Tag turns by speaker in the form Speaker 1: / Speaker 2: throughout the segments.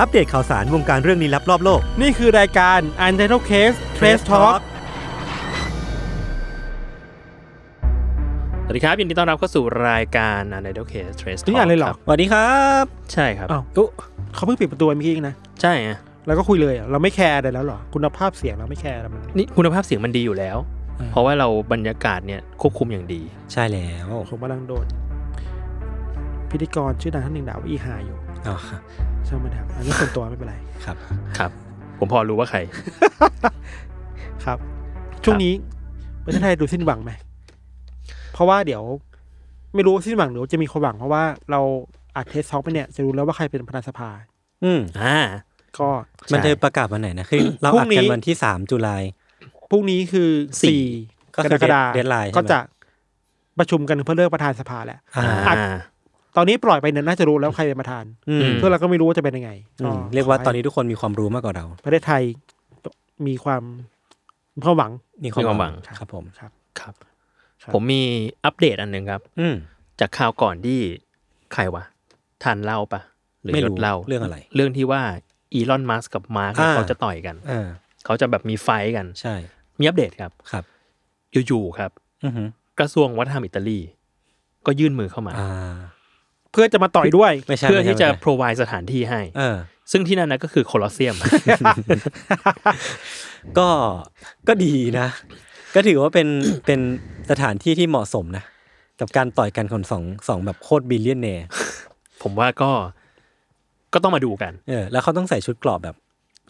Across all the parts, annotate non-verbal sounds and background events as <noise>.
Speaker 1: อัปเดตข่าวสารวงการเรื่องนี้ลับรอบโลก
Speaker 2: นี่คือรายการ u n t i t l e d Case Trace Talk
Speaker 3: สวัสดีครับ ยินดีต้อนรับเข้าสู่รายการอันเดอร์เคสเทรส
Speaker 2: ทุกอย่างเลยเหรอ
Speaker 1: สวัสดีครับ
Speaker 3: ใช่ครับ
Speaker 2: อ้าวอุ๊ยเขาเพิ่งปิดประตูไปเมื่อกี้เองนะ
Speaker 3: ใช่อะ
Speaker 2: แล้วก็คุยเลยอะเราไม่แคร์อะไรแล้วเหรอ คุณภาพเสียงเราไม่แคร์อะไรมัน
Speaker 3: นี่คุณภาพเสียงมันดีอยู่แล้ว
Speaker 2: อ่า
Speaker 3: เพราะว่าเราบรรยากาศเนี่ยควบคุมอย่างดี
Speaker 1: ใช่แล้ว
Speaker 2: ผมกำลังโดน พิธีกรชื่อดังท่านหนึ่งด่าว่าอีหาอยู่
Speaker 1: อ๋อ
Speaker 2: ช่างมันทำอันนี้ส่วนตัวไม่เป็นไร
Speaker 1: ครับ
Speaker 3: ครับ ผมพอรู้ว่าใคร
Speaker 2: ครับ ช่วงนี้ประเทศไทยดูสิ้นหวังไหม เพราะว่าเดี๋ยว ไม่รู้ว่าสิ้นหวังหรือว่าจะมีความหวังเพราะว่าเราอัดเทสท็อกไปเนี่ยจะรู้แล้วว่าใครเป็นประธานสภา
Speaker 1: อืม
Speaker 3: อ่า
Speaker 2: ก็
Speaker 1: มันจะประกาศวันไหนนะคือ เราอัด
Speaker 2: พรุ่ง
Speaker 1: กัน
Speaker 2: นี้
Speaker 1: วันที่สามจุลาย
Speaker 2: พรุ่งนี้คือ
Speaker 3: สี่
Speaker 2: สี่
Speaker 1: ก็
Speaker 2: ก
Speaker 1: คื
Speaker 2: ร
Speaker 1: อก
Speaker 2: ฎาคม
Speaker 1: deadline ใช่ไหม
Speaker 2: ก็จะประชุมกันเพื่อเลือกประธานสภาแหละ
Speaker 1: อ่า
Speaker 2: อัด ตอนนี้ปล่อยไปเนี่ยน่าจะรู้แล้วใครเป็นประธาน
Speaker 1: อืม
Speaker 2: ซึ่งเราก็ไม่รู้ว่าจะเป็นยังไง
Speaker 1: อื
Speaker 2: ข
Speaker 1: ม
Speaker 2: อ
Speaker 1: เรียกว่า
Speaker 2: ให้
Speaker 1: ตอนนี้ทุกคนมีความรู้มากกว่าเรา
Speaker 2: ประเทศไทยมีความมีความหวัง
Speaker 1: มีความ
Speaker 3: มีความหวัง
Speaker 1: ครับผม
Speaker 2: ครับ
Speaker 3: ครับ
Speaker 2: ครับ
Speaker 3: ผมมีอัปเดตอันหนึ่งครับ
Speaker 1: อืม
Speaker 3: จากข่าวก่อนที่ใครวะทานเหล้าปะหรือ
Speaker 1: ไม่
Speaker 3: ย
Speaker 1: รู้
Speaker 3: ดเหล้า
Speaker 1: เรื่องอะไร
Speaker 3: เรื่องที่ว่าอีลอนมัสกับมาร์ก
Speaker 1: อ่า
Speaker 3: เขาจะต่อยกัน
Speaker 1: อ่า
Speaker 3: เขาจะแบบมีไฟท์กัน
Speaker 1: ใช่
Speaker 3: มีอัปเดตครับ
Speaker 1: ครับ
Speaker 3: อยู่ๆครับ
Speaker 1: อือหือก
Speaker 3: ระทรวงวัฒนธรรมอิตาลี ก็ยื่นมือเข้ามา
Speaker 1: อ่า
Speaker 2: เพื่อจะมาต่อยด้วย
Speaker 1: ไม่ใช่
Speaker 3: เพื่อที่จะ
Speaker 1: ไม่ใช่
Speaker 3: provide สถานที่ให้
Speaker 1: เออ
Speaker 3: ซึ่งที่นั่นนะก็คือโคลอสเซียม
Speaker 1: ก็ก็ดีนะ ก็ถือว่าเป็น เป็นสถานที่ที่เหมาะสมนะ กับการต่อยกันของสองสองแบบโคตรบิลเลียนเนร์
Speaker 3: <laughs> ผมว่าก็ก็ต้องมาดูกัน
Speaker 1: เออแล้วเขาต้องใส่ชุดเกรอบแบบ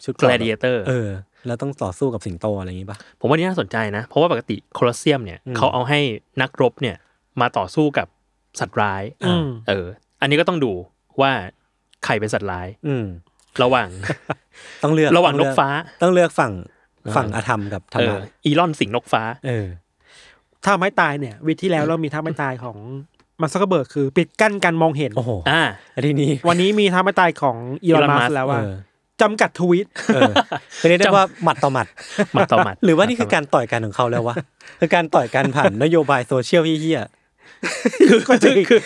Speaker 1: ชุดเกรอบแบบ
Speaker 3: gladiator
Speaker 1: เออ แล้วต้องต่อสู้กับสิงโตอะไรอย่างงี้ป่ะ
Speaker 3: ผมว่านี่น่าสนใจนะ เพราะว่าปกติโคลอสเซียมเนี่ย
Speaker 1: อืม
Speaker 3: เขาเอาให้นักรบเนี่ยมาต่อสู้กับสัตว์ร้าย
Speaker 2: อืม
Speaker 3: เออ อันนี้ก็ต้องดูว่าใครเป็นสัตว์ร้าย
Speaker 1: อืม
Speaker 3: ระหว่าง
Speaker 1: ต้อง <laughs> เลือก
Speaker 3: ระหว่าง
Speaker 1: ต้องเลื
Speaker 3: น
Speaker 1: อก
Speaker 3: ฟ้า
Speaker 1: ต้องเลือกฝั่งฝั่งอธรรมกับธร
Speaker 3: เอ
Speaker 1: ร
Speaker 3: อ
Speaker 1: มะ
Speaker 3: อีลอนสิงห์นกฟ้า
Speaker 1: เออ
Speaker 2: ท่าไม้ตายเนี่ยวิธีที่แล้วเรามีท่าไม้ตายของมาซักเบิร์กคือ ปิดกั้นการมองเห็น
Speaker 1: โอ้โห
Speaker 3: อ่า
Speaker 1: อันทีนี้
Speaker 2: วันนี้มีท่าไม้ตายของอีลอน
Speaker 3: Elon
Speaker 2: มัส
Speaker 3: Musk
Speaker 2: แล้วว่า
Speaker 1: เออ
Speaker 2: จำกัดทวิต
Speaker 1: เออคือเรียกได้ว่าหมัดต่อหมัด
Speaker 3: มาต่อมัด
Speaker 1: หรือว่านี่คือการต่อยกันของเขาแล้ววะ <laughs> คือการต่อยกันผ่านนโยบายโซเชียลเฮี้ย
Speaker 2: ก็จริงคือ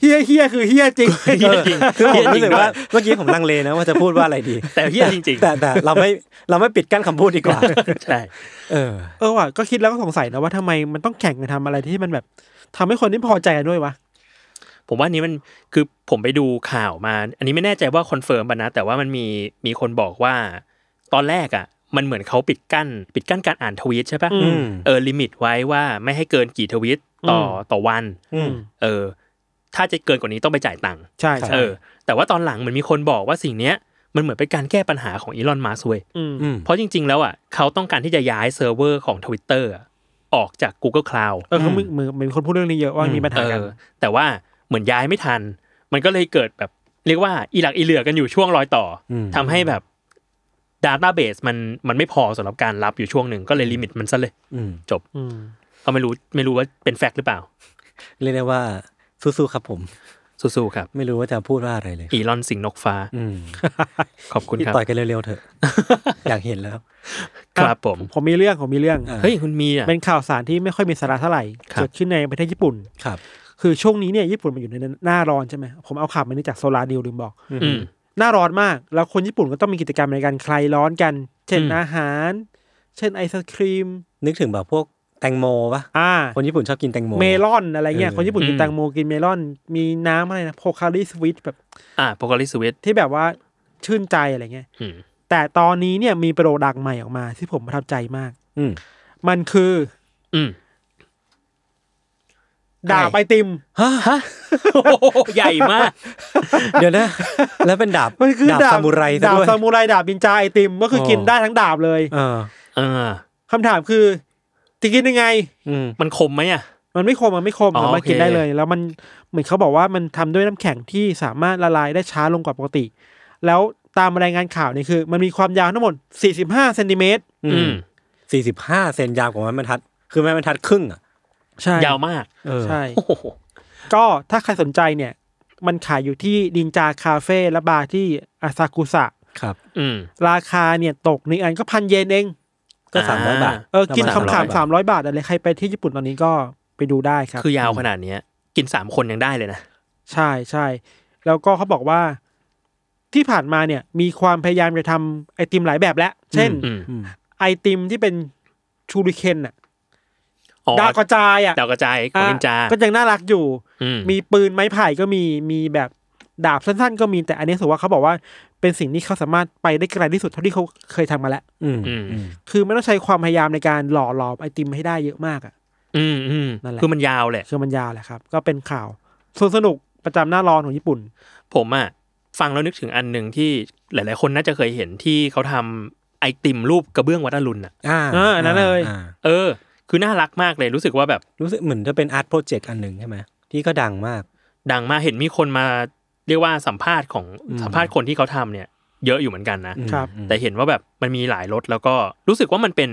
Speaker 2: เฮียเฮียคือเฮียจริง <laughs>
Speaker 3: เฮียจริง
Speaker 1: ๆคือผ
Speaker 3: เฮี
Speaker 1: ม
Speaker 3: ยจริ
Speaker 1: รู้
Speaker 3: ง
Speaker 1: สึก
Speaker 3: ด้ว
Speaker 1: ว่าย เมื่อกี้ผมลังเลนะว่าจะพูดว่าอะไรดี
Speaker 3: แต่เหี้ยจริงๆ
Speaker 1: แต่แต่เราไม่เราไม่ปิดกั้นคำพูดดีกว่า
Speaker 3: ใช่
Speaker 1: เออ
Speaker 2: เออว่ะก็คิดแล้วก็สงสัยนะว่าทำไมมันต้องแข่งกันทำอะไรที่มันแบบทำให้คนที่พอใจกันด้วยวะ
Speaker 3: ผมว่าอันนี้มันคือผมไปดูข่าวมา อันนี้ไม่แน่ใจว่าคอนเฟิร์มป่ะนะ แต่ว่ามันมีมีคนบอกว่า ตอนแรกอ่ะ มันเหมือนเขาปิดกั้น ปิดกั้นการอ่านทวีตใช่ปะ
Speaker 2: อื
Speaker 1: อืม
Speaker 3: เออลิมิตไว้ว่าไม่ให้เกินกี่ทวิตต่อ
Speaker 2: อืม
Speaker 3: ต่อวัน
Speaker 1: อืม
Speaker 3: เออ ถ้าจะเกินกว่านี้ต้องไปจ่ายตังค์
Speaker 2: ใช่ใช่
Speaker 3: เออ แต่ว่าตอนหลังมันมีคนบอกว่าสิ่งเนี้ยมันเหมือนเป็นการแก้ปัญหาของอีลอนมัสเว้ย
Speaker 2: อืม
Speaker 1: อืม
Speaker 3: เพราะจริง ๆ แล้วอ่ะเขาต้องการที่จะย้ายเซิร์ฟเวอร์ของ Twitter อะออกจาก Google Cloud
Speaker 2: เออเขามือมือมีคนพูดเรื่องนี้เยอะว่ามีปัญหา
Speaker 3: เอ
Speaker 2: กัน
Speaker 3: อแต่ว่าเหมือนย้ายไม่ทัน มันก็เลยเกิดแบบเรียกว่าอีหลักอีเหลือกันอยู่ช่วงรอยต่ออ
Speaker 1: ม
Speaker 3: ทำให้แบบ Database มันมันไม่พอสำหรับการรับอยู่ช่วงหนึ่งก็เลยลิมิตมันซะเลย
Speaker 1: อืม
Speaker 3: จบ
Speaker 2: อืม
Speaker 3: ก็ไม่รู้ไม่รู้ว่าเป็นแฟกต์หรือเปล่า
Speaker 1: เรียกได้ว่าสู้ๆครับผม
Speaker 3: สู้ๆครับ
Speaker 1: ไม่รู้ว่าจะพูดว่าอะไรเลย
Speaker 3: อีลอนสิงห์นกฟ้า
Speaker 1: อืม
Speaker 3: ขอบคุณครับ
Speaker 1: ต่อยกันเร็วๆเถอะ
Speaker 3: <laughs>
Speaker 1: อยากเห็นแล้ว
Speaker 2: ค
Speaker 3: ครับ รับผม
Speaker 2: ผมมีเรื่องผมมีเรื่อง
Speaker 1: อ่ะ
Speaker 3: เฮ้ย คุณมีอ่ะ
Speaker 2: เป็นข่าวสารที่ไม่ค่อยมีสาระเท่าไหร่
Speaker 3: ครับ
Speaker 2: เกิดขึ้นในประเทศญี่ปุ่น
Speaker 1: ครับ
Speaker 2: คือช่วงนี้เนี่ยญี่ปุ่นมันอยู่ในหน้าร้อนใช่ไหมผมเอาข่าวมานี้จากโซลาร์ดิวลืมบอก
Speaker 3: อืม
Speaker 2: หน้าร้อนมาก แล้วคนญี่ปุ่นก็ต้องมีกิจกรรมในการคลายร้อนกัน เช่น
Speaker 3: อืม
Speaker 2: อาหาร เช่นไอศครีม
Speaker 1: นึกถึงแบบพวกแตงโมปะ
Speaker 2: อ่า
Speaker 1: คนญี่ปุ่นชอบกินแตงโม
Speaker 2: เมลอนอะไรเงี้ย
Speaker 1: เออ
Speaker 2: คนญี่ปุ่นกิน
Speaker 3: อืม
Speaker 2: แตงโมกินเมลอน มีน้ำอะไรนะโพคาริสวิตแบบ
Speaker 3: อ่าโปกลิสวิต
Speaker 2: ที่แบบว่าชื่นใจอะไรเงี้ย แต่ตอนนี้เนี่ยมีโปรดักต์ใหม่ออกมา ที่ผมประทับใจมาก
Speaker 1: อืม
Speaker 2: มันคือ
Speaker 3: อืม
Speaker 2: ด่าไปติม
Speaker 1: ฮะฮะ
Speaker 3: โอ้โหใหญ่มาก
Speaker 1: เดี๋ยวนะ แล้วเป็นดาบ
Speaker 2: มันคือ
Speaker 1: ดาบ
Speaker 2: ดาบ
Speaker 1: ซามูไรซะ
Speaker 2: ดาบ
Speaker 1: ด้วย
Speaker 2: ซามูไรดาบบินจาไอติมก็คือ
Speaker 1: โอ้
Speaker 2: กินได้ทั้งดาบเลย
Speaker 1: เออ
Speaker 3: เออ
Speaker 2: คำถามคือจะกินยังไง
Speaker 1: อืม
Speaker 3: มันคมไหมอ่ะ
Speaker 2: มันไม่คมมันไม่คม
Speaker 3: อ๋อ
Speaker 2: สามารถ
Speaker 3: โอเค
Speaker 2: กินได้เลย แล้วมันเหมือนเขาบอกว่ามันทำด้วยน้ำแข็งที่สามารถละลายได้ช้าลงกว่าปกติ แล้วตามรายงานข่าวเนี่ยคือ มันมีความยาวทั้งหมด 45เซนติเมตร
Speaker 1: อื
Speaker 3: อื
Speaker 1: ม
Speaker 3: ม
Speaker 1: สี่สิบห้าเซนยาวกว่าไม้บรรทัด คือไม้บรรทัดครึ่งอ่ะ
Speaker 2: ใช่
Speaker 3: ยาวมาก
Speaker 1: เออ
Speaker 2: ใช่
Speaker 3: โอ้โห
Speaker 2: ก็ถ้าใครสนใจเนี่ย มันขายอยู่ที่ดินจาคาเฟ่และบาร์ที่อาซากุสะ
Speaker 1: ครับ
Speaker 3: อืม
Speaker 2: ราคาเนี่ยตกหนึ่งอันก็พันเยนเอง
Speaker 1: ก็
Speaker 3: อ่า
Speaker 1: สามร้อยบาท
Speaker 2: เออ กิน
Speaker 1: ประ
Speaker 2: คำ
Speaker 1: ณ
Speaker 2: ขาม
Speaker 1: 300บท
Speaker 2: สามร้อยบาทอะไรใครไปที่ญี่ปุ่นตอนนี้ก็ไปดูได้ครับ
Speaker 3: คือยาวขนาดเนี้ย กินสามคนยังได้เลยนะ
Speaker 2: ใช่ใช่แล้วก็เขาบอกว่าที่ผ่านมาเนี่ย มีความพยายามจะทำไอติมหลายแบบแล้ว เช่น
Speaker 3: อืม
Speaker 1: อืม
Speaker 2: ไอติมที่เป็นชูริเคนอะ
Speaker 3: อ๋อ
Speaker 2: ดาวกระจายอะ
Speaker 3: ดาวกระจายของนินจา
Speaker 2: อ่ะก็ยังน่ารักอยู่
Speaker 3: อืม
Speaker 2: มีปืนไม้ไผ่ก็มีมีแบบดาบสั้นๆ ก็มีแต่อันนี้รู้สึกว่าเขาบอกว่าเป็นสิ่งที่เขาสามารถไปได้ไกลที่สุดเท่าที่เขาเคยทำมาแล้ว
Speaker 1: อืม
Speaker 3: อืม
Speaker 2: คือไม่ต้องใช้ความพยายามในการหล่อหลอมไอติมให้ได้เยอะมากอะ
Speaker 3: อืมอืม
Speaker 2: นั่นแหละ
Speaker 3: คือมันยาวแหละ
Speaker 2: คือมันยาวแหละครับ ก็เป็นข่าวส่วนสนุกประจำหน้าร้อนของญี่ปุ่น
Speaker 3: ผมอ่ะฟังแล้วนึกถึงอันหนึ่งที่หลาย ๆ คนน่าจะเคยเห็นที่เขาทำไอติมรูปกระเบื้องวัดอรุณอ่ะ
Speaker 1: อ่า
Speaker 2: เอออันนั้นเลย
Speaker 1: อ่า
Speaker 3: เออ คือน่ารักมากเลยรู้สึกว่าแบบ
Speaker 1: รู้สึกเหมือนจะเป็นอาร์ตโปรเจกต์อันหนึ่งใช่ไหมที่ก็ดังมาก
Speaker 3: ดังมากเห็นมีคนมาเรียกว่าสัมภาษณ์ของ
Speaker 1: อืม
Speaker 3: สัมภาษณ์คนที่เขาทำเนี่ย เยอะอยู่เหมือนกันนะ
Speaker 1: อืม
Speaker 2: ครับ
Speaker 1: อืม
Speaker 3: แต่เห็นว่าแบบมันมีหลายรสแล้วก็รู้สึกว่ามันเป็น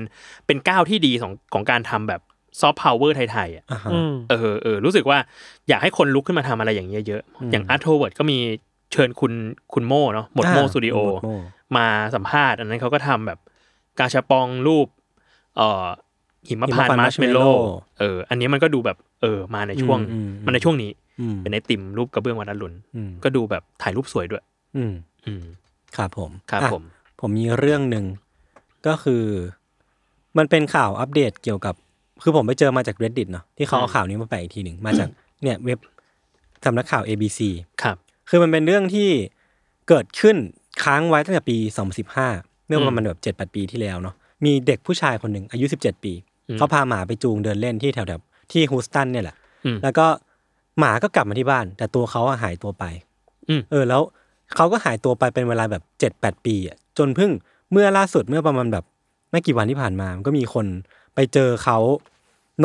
Speaker 3: เป็นก้าวที่ดีของของการทำแบบซอฟต์พาวเวอร์ไทยๆอ่ะ
Speaker 1: อ่าฮะ
Speaker 2: อืม
Speaker 3: เออเออรู้สึกว่าอยากให้คนลุกขึ้นมาทำอะไรอย่างเงี้ยเยอะ
Speaker 1: อืม
Speaker 3: อย่างอาร์ตโทเวิร์ดก็มีเชิญคุณคุณโม่เนาะหมดโม่สตูดิโอ
Speaker 1: หมดโม่
Speaker 3: มาสัมภาษณ์ อันนั้นเขาก็ทำแบบกาชาปองรูป เอ่อหิมพานต์มาร์ชเมลโล่เออ อันนี้มันก็ดูแบบเออมาในช่วง
Speaker 1: อือื
Speaker 3: มาในช่วงนี้
Speaker 1: อืม
Speaker 3: เป็นไอติมรูปกระเบื้องวันอรุณ
Speaker 1: อืม
Speaker 3: ก็ดูแบบถ่ายรูปสวยด้วย
Speaker 1: อืม
Speaker 3: อืม
Speaker 1: ครับผม
Speaker 3: ครับ
Speaker 1: อ่ะ
Speaker 3: ผม
Speaker 1: ผมมีเรื่องหนึ่งก็คือ มันเป็นข่าวอัปเดตเกี่ยวกับ คือผมไปเจอมาจาก reddit เนาะที่เขาเอา
Speaker 3: อืม
Speaker 1: ข่าวนี้มาแปะอีกทีหนึ่งมาจากเนี่ยเว็บสำนักข่าว abc
Speaker 3: ครับ
Speaker 1: คือมันเป็นเรื่องที่เกิดขึ้นค้างไว้ตั้งแต่ปี 2015 เมื่อประมาณแบบเจ็ดแปดปีที่แล้วเนาะ มีเด็กผู้ชายคนหนึ่งอายุ 17 ปี
Speaker 3: อืม
Speaker 1: เขาพาหมาไปจูงเดินเล่นที่แถวๆที่ฮูสตันเนี่ยแหละ
Speaker 3: อืม
Speaker 1: แล้วก็หมาก็กลับมาที่บ้าน แต่ตัวเขาอะหายตัวไป
Speaker 3: อืม
Speaker 1: เออ แล้วเขาก็หายตัวไปเป็นเวลาแบบเจ็ดแปดปีอะจนเพิ่งเมื่อล่าสุดเมื่อประมาณแบบไม่กี่วันที่ผ่านมามันก็มีคนไปเจอเขา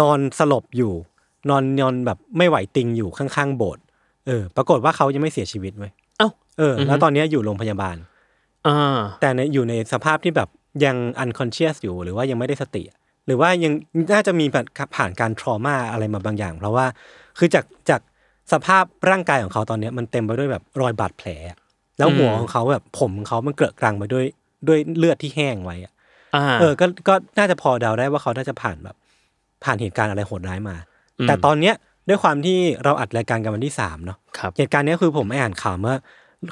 Speaker 1: นอนสลบอยู่ นอนนอนแบบไม่ไหวติงอยู่ข้างๆโบสถ์เออ ปรากฏว่าเขายังไม่เสียชีวิตเว้ย
Speaker 3: เอ้า
Speaker 1: เออ
Speaker 3: อือฮึ
Speaker 1: แล้วตอนเนี้ยอยู่โรงพยาบาล
Speaker 3: อ่า
Speaker 1: แต่ในอยู่ในสภาพที่แบบยัง unconscious อยู่หรือว่ายังไม่ได้สติ หรือว่ายังน่าจะมีแบบผ่านการทรมาอะไรมาบางอย่าง เพราะว่าคือจากจากสภาพร่างกายของเขาตอนเนี้ยมันเต็มไปด้วยแบบรอยบาดแผลอะแล้วหัวของเขาแบบผมของเขามันเกลอะกรังไปด้วยด้วยเลือดที่แห้งไว้อะ
Speaker 3: อ่า
Speaker 1: เออก็ก็น่าจะพอเดาได้ว่าเขาน่าจะผ่านแบบผ่านเหตุการณ์อะไรโหดร้ายมา
Speaker 3: ม
Speaker 1: แต่ตอนเนี้ยด้วยความที่เราอัดรายการกันวันที่สามเนาะ
Speaker 3: ครับ
Speaker 1: เหตุการณ์เนี้ยคือผมอ่านข่าวเมื่อ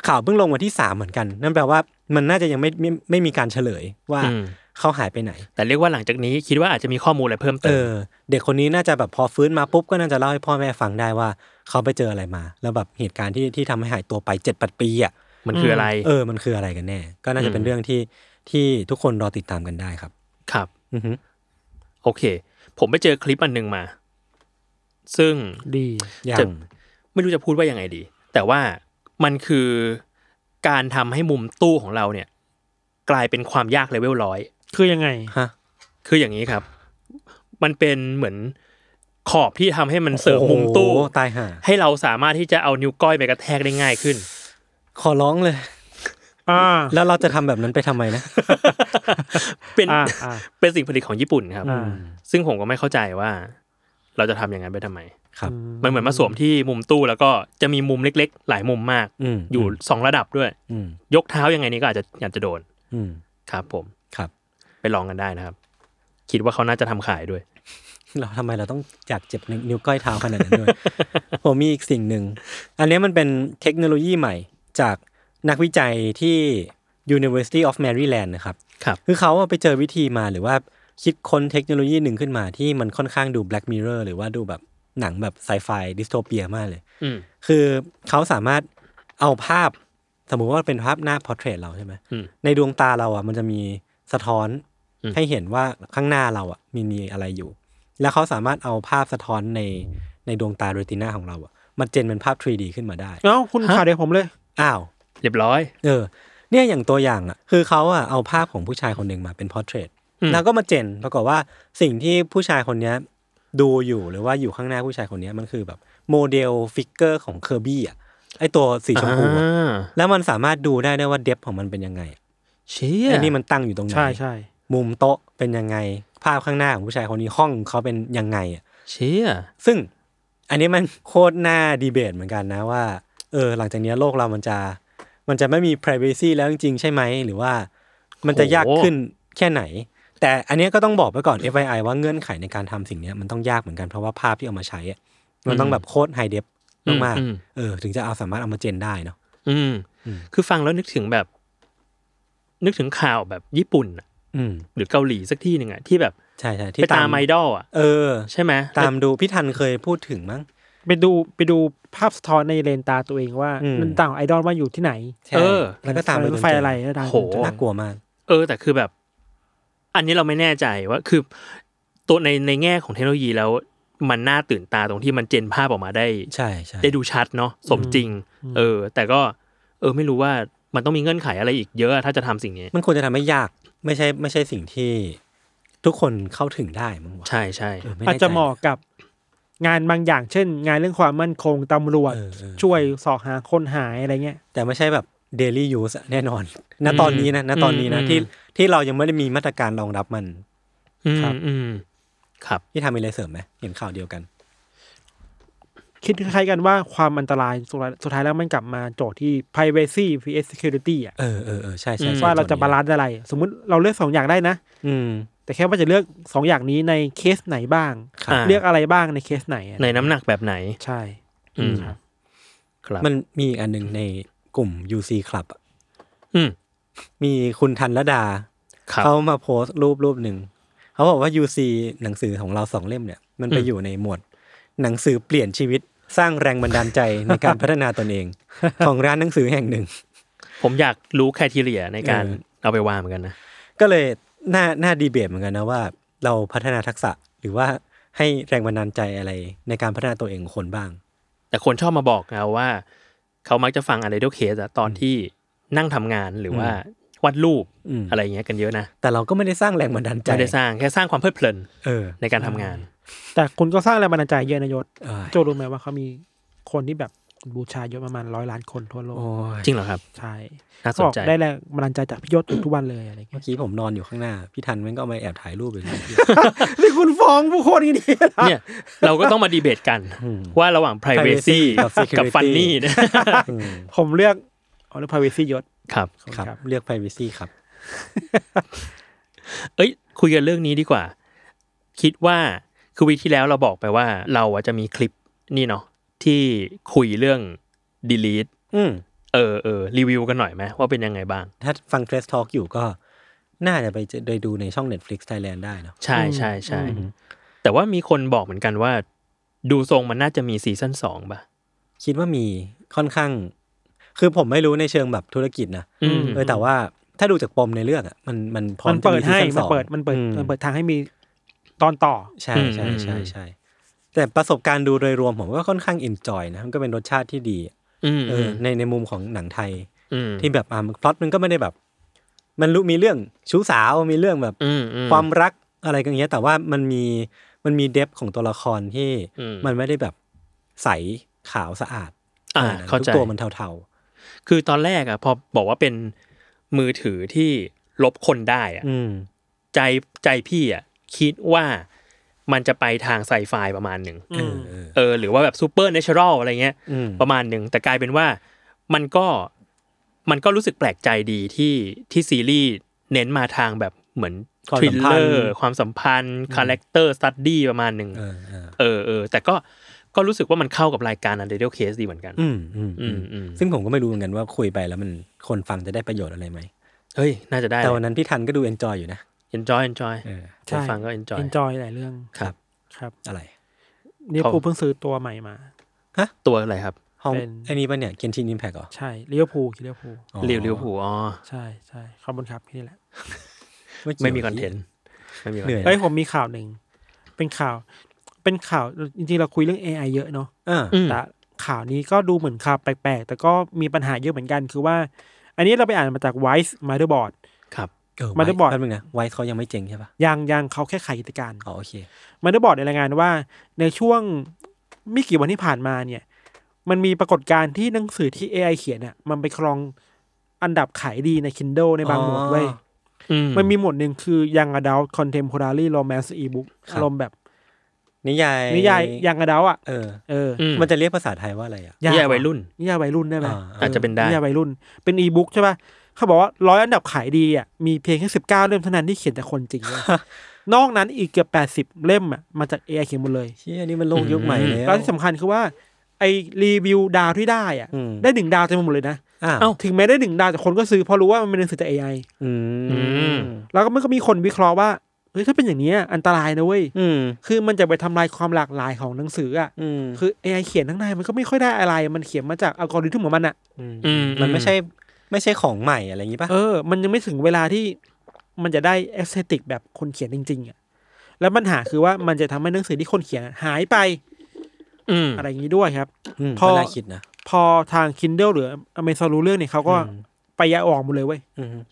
Speaker 1: ข่าวเพิ่งลงวันที่สามเหมือนกัน นั่นแปลว่ามันน่าจะยังไม่ไม่ไม่มีการเฉลยว่า
Speaker 3: อืม
Speaker 1: เขาหายไปไหน
Speaker 3: แต่เรียกว่าหลังจากนี้คิดว่าอาจจะมีข้อมูลอะไรเพิ่ม
Speaker 1: เอ
Speaker 3: เติม
Speaker 1: อ เด็กคนนี้น่าจะแบบพอฟื้นมาปุ๊บก็น่าจะเล่าให้พ่อแม่ฟังได้ว่า เขาไปเจออะไรมา แล้วแบบเหตุการณ์ที่ที่ทำให้หายตัวไปเจ็ดแปดปีอ่ะ
Speaker 3: มันคืออะไร
Speaker 1: เออมันคืออะไรกันแน่ ก็น่าจะเป็น
Speaker 3: อืม
Speaker 1: เรื่องที่ที่ทุกคนรอติดตามกันได้ครับ
Speaker 3: ครับ
Speaker 1: อือฮึ
Speaker 3: โอเค ผมไปเจอคลิปอันหนึ่งมา ซึ่ง
Speaker 2: ดี
Speaker 1: อย่า
Speaker 3: จะ
Speaker 1: ง
Speaker 3: ไม่รู้จะพูดว่ายังไงดี แต่ว่ามันคือการทำให้มุมตู้ของเราเนี่ย กลายเป็นความยากเลเวลร้อย
Speaker 2: คือยังไง
Speaker 1: ฮะ
Speaker 3: คืออย่างนี้ครับ มันเป็นเหมือนขอบที่ทำให้มันเสริมมุมตู้
Speaker 1: โอ้โหตายห่า
Speaker 3: ให้เราสามารถที่จะเอานิ้วก้อยไปกระแทกได้ง่ายขึ้น
Speaker 1: ขอร้องเลย
Speaker 2: อ่า
Speaker 1: แล้วเราจะทำแบบนั้นไปทำไมนะ
Speaker 3: เป็น
Speaker 2: อ่าอ่า
Speaker 3: เป็นสิ่งผลิตของญี่ปุ่นครับ
Speaker 2: อ่า
Speaker 3: ซึ่งผมก็ไม่เข้าใจว่า เราจะทำอย่างนั้นไปทำไม
Speaker 1: ครับ
Speaker 3: มันเหมือนมาสวมที่มุมตู้แล้วก็จะมีมุมเล็ก ๆ หลายมุมมาก
Speaker 1: อืม
Speaker 3: อยู่สองระดับด้วย
Speaker 1: อืม
Speaker 3: ยกเท้ายังไงนี่ก็อาจจะอาจจะโดน
Speaker 1: อืม
Speaker 3: ครับ ผม
Speaker 1: ครับ
Speaker 3: ไปลองกันได้นะครับ คิดว่าเขาน่าจะทำขายด้วย
Speaker 1: <laughs> เราทำไมเราต้องอยากเจ็บนิ้วนิ้วก้อยเท้าขนาดนั้น
Speaker 3: <laughs>
Speaker 1: ด้วย ผมมีอีกสิ่งหนึ่ง อันนี้มันเป็นเทคโนโลยีใหม่จากนักวิจัยที่ University of Maryland นะครับ
Speaker 3: ครับ
Speaker 1: คือเขาอะไปเจอวิธีมาหรือว่าคิดค้นเทคโนโลยีหนึ่งขึ้นมาที่มันค่อนข้างดู Black Mirror หรือว่าดูแบบหนังแบบไซไฟดิสโทเปียมากเลย
Speaker 3: อืม
Speaker 1: คือเขาสามารถเอาภาพ สมมุติว่าเป็นภาพหน้าพอร์เทรตเราใช่ไหม
Speaker 3: อืม
Speaker 1: ในดวงตาเราอ่ะมันจะมีสะท้อน
Speaker 3: อืม
Speaker 1: ให้เห็นว่าข้างหน้าเราอ่ะมีมีอะไรอยู่ แล้วเขาสามารถเอาภาพสะท้อนในใน ในดวงตาเรตินาของเราอะมันเจนเป็นภาพ 3D ขึ้นมาได้
Speaker 2: เอ้าคุณ
Speaker 3: ฮะ
Speaker 2: ขาดเดี๋ยวผมเลย
Speaker 1: อ้าว
Speaker 3: เรียบร้อย
Speaker 1: เออเนี่ยอย่างตัวอย่างอ่ะคือเขาอ่ะเอาภาพของผู้ชายคนหนึ่งมาเป็นพอร์เทรต
Speaker 3: อืม
Speaker 1: แล้วก็มาเจนปรากฏว่าสิ่งที่ผู้ชายคนเนี้ยดูอยู่หรือว่าอยู่ข้างหน้าผู้ชายคนเนี้ยมันคือแบบโมเดลฟิกเกอร์ของเคอร์บี้อ่ะไอตัวสีชมพูอะ
Speaker 3: อ่า
Speaker 1: แล้วมันสามารถดูได้ด้วยว่าเดฟของมันเป็นยังไงอะ
Speaker 3: เชี่ย
Speaker 1: ไอนี่มันตั้งอยู่ตรงไหน
Speaker 2: ใช่ใช่
Speaker 1: มุมโต๊ะเป็นยังไง ภาพข้างหน้าของผู้ชายคนนี้ห้องเขาเป็นยังไงอะ
Speaker 3: เชี่ย
Speaker 1: ซึ่งอันนี้มันโคตรหน้าดีเบตเหมือนกันนะว่า เออ หลังจากเนี้ยโลกเรามันจะ มันจะไม่มี p r i เวซีแล้วจริงๆ ใช่ไหม หรือว่ามันจะยากขึ้นแค่ไหน แต่อันเนี้ยก็ต้องบอกไปก่อน FII ว่าเงื่อนไขในการทำสิ่งเนี้ยมันต้องยากเหมือนกันเพราะว่าภาพที่เอามาใช้อะมันต้องแบบโคตรไฮเดฟมาก
Speaker 3: อืม
Speaker 1: ๆเออ ถึงจะเอาสามารถเอามาเจนได้เนาะ
Speaker 3: อืม
Speaker 1: อืม
Speaker 3: คือฟังแล้วนึกถึงแบบ นึกถึงข่าวแบบญี่ปุ่นอะ
Speaker 1: อืม
Speaker 3: หรือเกาหลีสักที่หนึ่งอะที่แบบ
Speaker 1: ใช่ใช่ๆที่
Speaker 3: ไปตามไอดอลอะ
Speaker 1: เออ
Speaker 3: ใช่ไหม
Speaker 1: ตามดูพี่ทันเคยพูดถึงมั้ง
Speaker 2: ไปดูไปดูภาพสะท้อนในเลนตาตัวเองว่า
Speaker 1: อืม
Speaker 2: มันต่างไอดอลว่าอยู่ที่ไหน
Speaker 1: ใช่
Speaker 3: เออ
Speaker 1: แล้วก็ตามไป
Speaker 2: รถไฟ
Speaker 1: จนเจ
Speaker 2: อะไรแล้วดัง
Speaker 3: โห
Speaker 1: น่ากลัวมาก
Speaker 3: เออแต่คือแบบ อันนี้เราไม่แน่ใจว่าคือ ตัวในในแง่ของเทคโนโลยีแล้ว มันน่าตื่นตาตรงที่มันเจนภาพออกมาได้
Speaker 1: ใช่ใช่
Speaker 3: ได้ดูชัดเนาะสมจริง เออ แต่ก็ เออไม่รู้ว่ามันต้องมีเงื่อนไขอะไรอีกเยอะอะถ้าจะทำสิ่งนี้
Speaker 1: มันควรจะทำให้ยากไม่ใช่ไม่ใช่สิ่งที่ทุกคนเข้าถึงได้มั้งวะ
Speaker 3: ใช่ใช่
Speaker 1: เไแน่
Speaker 2: อาจจะเหมาะกับงานบางอย่างเช่น งานเรื่องความมั่นคงตำรวจ
Speaker 1: เออเออ
Speaker 2: ช่วยสอบหาคนหายอะไรเงี้ย
Speaker 1: แต่ไม่ใช่แบบ daily use อะแน่นอน ณตอนนี้นะณตอนนี้นะที่ที่เรายังไม่ได้มีมาตรการรองรับมัน
Speaker 3: อืม
Speaker 2: ครับ
Speaker 3: อืมครับ
Speaker 1: ที่ทำมีอะไรเสริมไหมเห็นข่าวเดียวกัน
Speaker 2: คิดคล้ายๆกันว่าความอันตรายสุดท้ายสุดท้ายแล้วมันกลับมาโจทย์ที่ privacy vs security อ่ะ
Speaker 1: เออเออเออใช่ใช่
Speaker 3: อืม
Speaker 1: ใช่
Speaker 2: ว่าเราจะบาลาน
Speaker 1: ซ์
Speaker 2: ซ์อะไร สมมุติเราเลือกสองอย่างได้นะ
Speaker 1: อืม
Speaker 2: แต่แค่ว่าจะเลือกสองอย่างนี้ในเคสไหนบ้าง
Speaker 1: ครับ
Speaker 3: อ่า
Speaker 2: เลือกอะไรบ้างในเคสไหนอะ
Speaker 3: ในน้ำหนักแบบไหน
Speaker 2: ใช่
Speaker 3: อืม
Speaker 2: ครับ
Speaker 3: ครับ
Speaker 1: มันมีอีกอันหนึ่งในกลุ่ม UC Club อะ
Speaker 3: อืม
Speaker 1: มีคุณทันรดา
Speaker 3: ครับ
Speaker 1: เขามาโพสต์รูปรูปหนึ่ง เขาบอกว่า UC หนังสือของเราสองเล่มเนี่ย มันไป
Speaker 3: อืม
Speaker 1: อยู่ในหมวด หนังสือเปลี่ยนชีวิตสร้างแรงบันดาลใจ ในการพัฒนาตนเอง
Speaker 3: <laughs>
Speaker 1: ของร้านหนังสือแห่งหนึ่ง
Speaker 3: ผมอยากรู้แคทีเรียในการ
Speaker 1: เออ
Speaker 3: เอาไปวางเหมือนกันนะ
Speaker 1: ก็เลยน่าน่าดีเบตเหมือนกันนะว่า เราพัฒนาทักษะหรือว่าให้แรงบันดาลใจอะไร ในการพัฒนาตัวเองของคนบ้าง
Speaker 3: แต่คนชอบมาบอกนะว่า เขามักจะฟังอะไรเดลเคสอะตอนที่นั่งทำงานหรือว่าวาดรูป
Speaker 1: อืม
Speaker 3: อะไรอย่างเงี้ยกันเยอะนะ
Speaker 1: แต่เราก็ไม่ได้สร้างแรงบันดาลใจ
Speaker 3: ไม่ได้สร้างแค่สร้างความเพลิดเพลิน
Speaker 1: เออ
Speaker 3: ในการทำงาน
Speaker 2: แต่คุณก็สร้างแรงบันดาลใจเยอะนะยศ
Speaker 1: เอ้ย
Speaker 2: โจรู้ไหมว่าเขามีคนที่แบบบูชาเยอะประมาณร้อยล้านคนทั่วโลก
Speaker 1: โอ้ย
Speaker 3: จริงเหรอครับ
Speaker 2: ใช่
Speaker 3: น่าส
Speaker 2: เขาบ
Speaker 3: น
Speaker 2: อก
Speaker 3: ใจ
Speaker 2: ได้แรงบันดาลใจจากพี่ยศอยู่ทุกวันเลยอะไร
Speaker 1: เมื่
Speaker 2: เงี้
Speaker 1: อย กี้ผมนอนอยู่ข้างหน้า พี่ทันแมันก็เอามาแอบถ่ายรูปเลย
Speaker 2: นี่คุณฟ้องผู้คนนี่ดี
Speaker 3: เนี่ย เราก็ <laughs> ต้องมาดีเบตกัน
Speaker 1: อืม
Speaker 3: ว่าระหว่าง privacy
Speaker 1: privacy กับ security
Speaker 3: กับ funny เนย
Speaker 1: อืม
Speaker 2: <laughs> ผมเลือกเอาเรื่อง privacy ยศ
Speaker 3: ครับ
Speaker 2: ขอบคุ
Speaker 1: ครับ
Speaker 2: ณครับ
Speaker 1: เลือก privacy ครับ
Speaker 3: <laughs> เอ้ยคุยกันเรื่องนี้ดีกว่า คิดว่าคือวีคที่แล้วเราบอกไปว่า เราอะจะมีคลิปนี่เนาะที่คุยเรื่อง delete
Speaker 1: อืม
Speaker 3: เออเออรีวิวกันหน่อยไหมว่าเป็นยังไงบ้าง
Speaker 1: ถ้าฟัง Trash Talk อยู่ก็น่าจะไปเจอไปดูในช่อง Netflix Thailand ได้เนอะ
Speaker 3: ใช่
Speaker 2: อืม
Speaker 3: ใช่ใช่แต่ว่ามีคนบอกเหมือนกันว่า ดูทรงมันน่าจะมีซีซั่นสองป่ะ
Speaker 1: คิดว่ามีค่อนข้าง คือผมไม่รู้ในเชิงแบบธุรกิจนะ
Speaker 3: อืม
Speaker 1: เออแต่ว่าถ้าดูจากปมในเรื่องอะมันมันพร้อ
Speaker 2: มั
Speaker 1: ม
Speaker 2: นเปิดให้
Speaker 1: จะซี
Speaker 2: มัน
Speaker 1: ซั่สอง
Speaker 2: เปิดมันเปิด
Speaker 1: อื
Speaker 2: มันเปิดทางให้มีตอนต่อ
Speaker 1: ใช่ใช่ใช่
Speaker 3: อืม
Speaker 1: ใช่ แต่ประสบการณ์ดูโดยรวมผมก็ค่อนข้าง enjoy นะ มันก็เป็นรสชาติที่ดี
Speaker 3: อืม
Speaker 1: เออในในมุมของหนังไทย
Speaker 3: อืม
Speaker 1: ที่แบบอ่าพล็อตมันก็ไม่ได้แบบ มันรู้มีเรื่องชู้สาวมีเรื่องแบบ
Speaker 3: อืมอืม
Speaker 1: ความรักอะไรกันอย่างเงี้ย แต่ว่ามันมีมันมีเดฟของตัวละครที่
Speaker 3: อืม
Speaker 1: มันไม่ได้แบบใสขาวสะอาด
Speaker 3: อ่า
Speaker 1: ขนดนั้น
Speaker 3: เข้าใจ
Speaker 1: ทุกตัวมันเทา
Speaker 3: คือตอนแรกอะพอบอกว่าเป็นมือถือที่ลบคนได้อะ
Speaker 1: ๆ อืม
Speaker 3: ใจใจพี่อะคิดว่ามันจะไปทางไซไฟประมาณหนึ่ง
Speaker 1: เออเออ
Speaker 3: เออหรือว่าแบบซูเปอร์เนเชอรัลอะไรเงี้ย
Speaker 1: อืม
Speaker 3: ประมาณหนึ่งแต่กลายเป็นว่ามันก็มันก็รู้สึกแปลกใจดีที่ที่ซีรีส์เน้นมาทางแบบเหมือน
Speaker 1: ความ
Speaker 3: ทริ
Speaker 1: สั
Speaker 3: ล
Speaker 1: มพั
Speaker 3: เล
Speaker 1: น
Speaker 3: อ
Speaker 1: ธ์
Speaker 3: ร์ความสัมพันธ์คาแรคเตอร์สตัดดี้ประมาณหนึ่ง
Speaker 1: เออเอ
Speaker 3: เอ
Speaker 1: อ
Speaker 3: อเออแต่ก็ก็รู้สึกว่ามันเข้ากับรายการอันเดอร์เคสดีเหมือนกัน
Speaker 1: อืมอืม
Speaker 3: อื
Speaker 1: อื
Speaker 3: ม
Speaker 1: ม
Speaker 3: อืม
Speaker 1: ซึ่งผมก็ไม่รู้เหมือนกันว่าคุยไปแล้วมันคนฟังจะได้ประโยชน์อะไรไหม
Speaker 3: เฮ้ย น่าจะได้
Speaker 1: แต่วันนั้นพี่ทันก็ดู enjoy อยู่นะ
Speaker 3: enjoy enjoy
Speaker 1: เออ
Speaker 3: ใช่ฟังก็ enjoy
Speaker 2: enjoy หลายเรื่อง
Speaker 1: ครับ
Speaker 2: ครับ
Speaker 1: อะไร
Speaker 2: นี่
Speaker 3: เขา
Speaker 2: กูเพิ่งซื้อตัวใหม่มา
Speaker 3: ตัวอะไรครับ
Speaker 1: ห้อง
Speaker 2: เป็น
Speaker 1: ไอ้นี้ปะเนี่ยเคนชินอิมแพกเหรอ
Speaker 2: ใช่เลี้ยวภูเลี้ยวภู
Speaker 1: อ๋อ
Speaker 3: ริวริวผูอ๋อ
Speaker 2: ใช่ใช่ขอบคุณครับนี่แหละ
Speaker 1: เกี่ยว
Speaker 3: ไม่มีคอนเทนต์ไม่มีคอน
Speaker 1: เห
Speaker 3: เท
Speaker 1: นื่อย
Speaker 3: นต์
Speaker 2: เอ้ยผมมีข่าวหนึ่ง เป็นข่าว เป็นข่าวจริงๆเราคุยเรื่อง AI เยอะเนาะ
Speaker 1: อ่า
Speaker 3: อืม
Speaker 2: แต่ข่าวนี้ก็ดูเหมือนข่าวแปลกๆ แต่ก็มีปัญหาเยอะเหมือนกันคือว่า อันนี้เราไปอ่านมาจาก Wise Motherboard
Speaker 3: ครับ
Speaker 2: มาได้บอร์ด
Speaker 1: แป๊บนึงนะไวท์เขายังไม่เจ๋งใช่ปะ
Speaker 2: ยังยังเขาแค่ขายกิจการ
Speaker 1: อ๋อโอเค
Speaker 2: มันได้บอกในรายงานว่าในช่วงไม่กี่วันที่ผ่านมาเนี่ย มันมีปรากฏการณ์ที่หนังสือที่ AI เขียนอะ่ะ มันไปครองอันดับขายดีใน Kindle ในบาง
Speaker 1: อ๋อ
Speaker 2: หมวดเว้ย
Speaker 3: อืม
Speaker 2: มันมีหมวดหนึ่งคือ Young Adult Contemporary Romance Ebook
Speaker 1: ครับ
Speaker 2: อารมณ์แบบ
Speaker 1: นิยาย
Speaker 2: นิยาย Young Adult อ่ะ
Speaker 1: เออ
Speaker 2: เออ
Speaker 3: อื
Speaker 1: มันจะเรียกภาษาไทยว่าอะไรอ่ะ
Speaker 3: นิยายวัยรุ่น
Speaker 2: นิยายวัยรุ่นได้ไหม
Speaker 1: อ่า
Speaker 3: อาจจะเป็นได้
Speaker 2: นิยายวัยรุ่น เป็น e-book ใช่ป่ะเขาบอกว่าร้อยอันดับขายดีอ่ะมีเพียงแค่สิบเก้าเล่มเท่านั้นที่เขียนจากคนจ
Speaker 3: <laughs>
Speaker 2: ริงเว้ยนอกนั้นอีกเกือบแปดสิบ80 เล่มอ่ะมาจาก AI เขียนหมดเลย
Speaker 1: เชี่ยนี่มันโลกยุคใหม่แล้ว
Speaker 2: แล้วที่สำคัญคือว่าไอรีวิวดาวที่ได้อะ
Speaker 1: อืม
Speaker 2: ได้หนึ่งดาวเต็มไปหมดเลยนะ
Speaker 1: อ้าว
Speaker 3: เอ้า
Speaker 2: ถึงแม้ได้หนึ่งดาวแต่คนก็ซื้อเพราะรู้ว่ามันเป็นหนังสือจาก AI
Speaker 1: อื
Speaker 3: อื
Speaker 1: ม
Speaker 3: ม
Speaker 2: แล้วก็มันก็มีคนวิเคราะห์ว่าเฮ้ยถ้าเป็นอย่างเนี้ยอันตรายนะเว้ย
Speaker 1: อืม
Speaker 2: คือมันจะไปทำลายความหลากหลายของหนังสืออ่ะ
Speaker 1: อืม
Speaker 2: คือ AI เขียนข้างในมันก็ไม่ค่อยได้อะไร มันเขียนมาจากอัลกอริทึมของมันอ่ะ
Speaker 3: อืม
Speaker 1: มันไม่ใช่ไม่ใช่ของใหม่อะไรอย่างงี้ปะ
Speaker 2: เออมันยังไม่ถึงเวลาที่มันจะได้เอสเตติกแบบคนเขียนจริงๆอ่ะแล้วปัญหาคือว่ามันจะทำให้หนังสือที่คนเขียนอะหายไป
Speaker 3: อืม
Speaker 2: อะไรอย่างนี้ด้วยครับ
Speaker 1: ม
Speaker 2: พอ
Speaker 1: ก็น่าคิดนะ
Speaker 2: พอทาง Kindle หรือ Amazon รู้เรื่องเนี่ยเขาก็ไปยะออกหมดเลยเว้ย
Speaker 1: อืม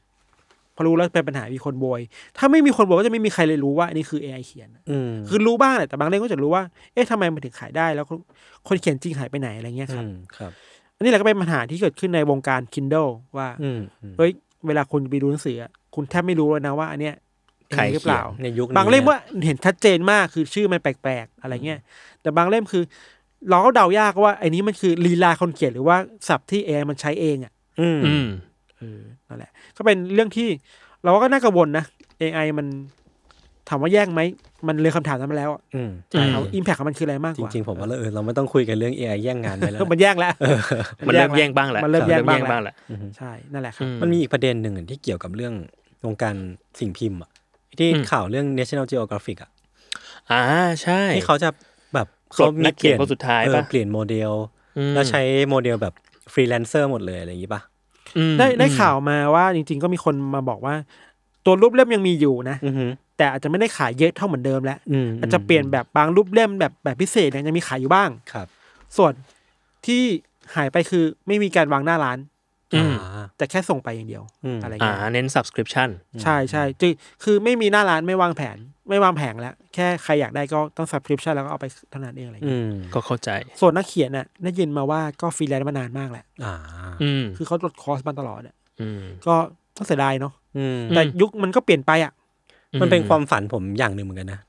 Speaker 2: พอรู้แล้วเป็นปัญหามีคนโบย ถ้าไม่มีคนโบยก็จะไม่มีใครเลยรู้ว่าอันนี้คือ AI เขียน
Speaker 1: อืม
Speaker 2: คือรู้บ้างแหละแต่บางเล่มก็จะรู้ว่า เอ๊ะทำไมมันถึงขายได้ แล้วคนคนเขียนจริงหายไปไหนอะไรเงี้ยครับ
Speaker 1: มครับ
Speaker 2: อันนี้แหละก็เป็นปัญหาที่เกิดขึ้นในวงการ Kindle ว่า
Speaker 1: อืมอืม
Speaker 2: เฮ้ย เวลาคุณไปดูหนังสืออะคุณแทบไม่รู้เลยนะว่าอันเนี้ย
Speaker 3: ใคร
Speaker 2: หรือเปล่า
Speaker 1: ในยุคนี้
Speaker 2: บางเล่มว่าเห็นชัดเจนมากคือชื่อมันแปลกๆอะไรเงี้ย แต่บางเล่มคือ เราก็เดายากว่าไอ้นี้มันคือลีลาคนเขียนหรือว่าศัพท์ที่ AI มันใช้เองอะ
Speaker 1: อืม
Speaker 3: อืม
Speaker 2: เออนั่นแหละ ก็เป็นเรื่องที่เราก็น่ากังวลนะ AI มันถามว่าแย่งไหม มันเลยคำถามนั้นมาแล้วอะ
Speaker 1: อืม
Speaker 3: อืม
Speaker 2: ถามอิมแพคของมันคืออะไรมาก
Speaker 1: จ
Speaker 2: กว่า
Speaker 1: ริงๆผมว่าเราเออเราไม่ต้องคุยกันเรื่อง AI แย่งงานไปแล้ว
Speaker 2: ก็มันแย่งแล้ว
Speaker 3: มันเริ่มแย่งบ้างแหละ
Speaker 2: มันเริ่มแย่งบ้างแหละ
Speaker 3: แหละ
Speaker 1: อืม
Speaker 2: ใช่ นั่นแหละครับ
Speaker 3: อื
Speaker 1: มันมีอีกประเด็นหนึ่งที่เกี่ยวกับเรื่องวงการสิ่งพิมพ์อะที่
Speaker 3: อืม
Speaker 1: ข่าวเรื่อง National Geographic อ่ะ
Speaker 3: อ่าใช่
Speaker 1: ที่เขาจะแบบ
Speaker 3: ปลดนักเขียนคนสุดท้าย
Speaker 1: เออ
Speaker 3: ปะ
Speaker 1: เปลี่ยนโมเดล
Speaker 3: อืม
Speaker 1: แล้วใช้โมเดลแบบฟรีแลนเซอร์หมดเลยอะไรอย่างนี้ป่ะ
Speaker 3: อืม
Speaker 2: ได้ได้
Speaker 3: อืม
Speaker 2: ข่าวมาว่าจริง ๆ ก็มีคนมาบอกว่า ตัวรูปเล่มยังมีอยู่นะ
Speaker 1: อือหือ
Speaker 2: แต่อาจจะไม่ได้ขายเยอะเท่าเหมือนเดิมแล้ว
Speaker 1: อืม
Speaker 2: อาจจะเปลี่ยนแบบบางรูปเล่มแบบแบบพิเศษเนี่ยยังมีขายอยู่บ้าง
Speaker 1: ครับ
Speaker 2: ส่วนที่หายไปคือไม่มีการวางหน้าร้าน
Speaker 3: อืม
Speaker 1: อ่า
Speaker 2: แต่แค่ส่งไปอย่างเดียว
Speaker 1: อืม
Speaker 2: อะไร
Speaker 3: อ่า
Speaker 2: เงี้ย
Speaker 3: เน้น subscription
Speaker 2: ใช่ใช่คือคือไม่มีหน้าร้านไม่วางแผน ไม่วางแผงแล้ว แค่ใครอยากได้ก็ต้อง subscription แล้วก็เอาไปเท่านั้นเองอะไร
Speaker 1: อื
Speaker 2: เงี้ย
Speaker 1: ม
Speaker 3: ก็เข้าใจ
Speaker 2: ส่วนนักเขียนน่ะได้ยินมาว่าก็ฟรีแลนซ์มานานมากแหละ
Speaker 1: อ่า
Speaker 3: อืม
Speaker 2: คือเขาลดคอสมาตลอดอ่ะ
Speaker 3: อืม
Speaker 2: ก็ต้องเสียดายเนาะ
Speaker 1: อืม
Speaker 3: อื
Speaker 2: แต่ยุคมันก็เปลี่ยนไปอ่ะ
Speaker 1: มันเป็นความฝันผมอย่างหนึ่งเหมือนกันนะ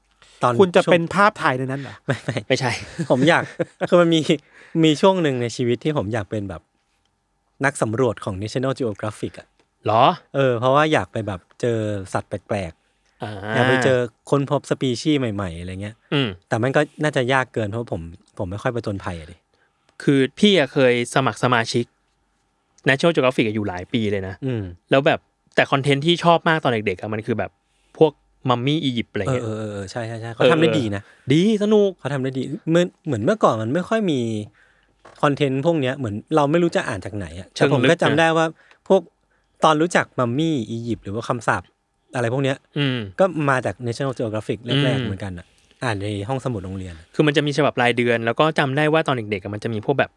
Speaker 1: ตอน
Speaker 2: คุณจะ
Speaker 1: ช่วง
Speaker 2: เป็นภาพถ่ายในนั้นเหรอ
Speaker 1: ไม่ไม่
Speaker 3: ไม่ใช่
Speaker 1: ผมอยาก <laughs> คือมันมีมีช่วงหนึ่งในชีวิตที่ผมอยากเป็นแบบนักสำรวจของ National Geographic อ่ะ
Speaker 3: เหรอ
Speaker 1: เออเพราะว่าอยากไปแบบเจอสัตว์แปลก
Speaker 3: อ่า
Speaker 1: ๆ อยากไปเจอค้นพบสปีชีส์ใหม่ๆอะไรเงี้ย
Speaker 3: อืม
Speaker 1: แต่มันก็น่าจะยากเกินเพราะผมผมไม่ค่อยประจนภัยอะดิ
Speaker 3: คือพี่อะเคยสมัครสมาชิก National Geographic อะอยู่หลายปีเลยนะ
Speaker 1: อืม
Speaker 3: แล้วแบบแต่คอนเทนต์ที่ชอบมากตอนเด็กๆอะมันคือแบบพวกมัมมี่อียิปต์อะไร
Speaker 1: เออ
Speaker 3: เงี้ย
Speaker 1: เออเออเออใช่ใช่ใช่เขา
Speaker 3: เออ
Speaker 1: ทำได้ดีนะ
Speaker 3: ดีสนุก
Speaker 1: เขาทำได้ดีเหมือนเหมือนเมื่อก่อนมันไม่ค่อยมีคอนเทนต์พวกเนี้ยเหมือนเราไม่รู้จะอ่านจากไหนอะ
Speaker 3: เชิ
Speaker 1: แต่
Speaker 3: ง
Speaker 1: ผม
Speaker 3: ลึก
Speaker 1: ก็จำ
Speaker 3: นะ
Speaker 1: ได้ว่าพวกตอนรู้จักมัมมี่อียิปต์หรือว่าคำศัพท์อะไรพวกเนี้ย
Speaker 3: อืม
Speaker 1: ก็มาจาก National Geographic
Speaker 3: อืม
Speaker 1: แรกๆเหมือนกันอ่ะ อ่านในห้องสมุดโรงเรียนอะ
Speaker 3: คือมันจะมีฉบับรายเดือน แล้วก็จำได้ว่าตอนเด็กๆอะมันจะมีพวกแบบ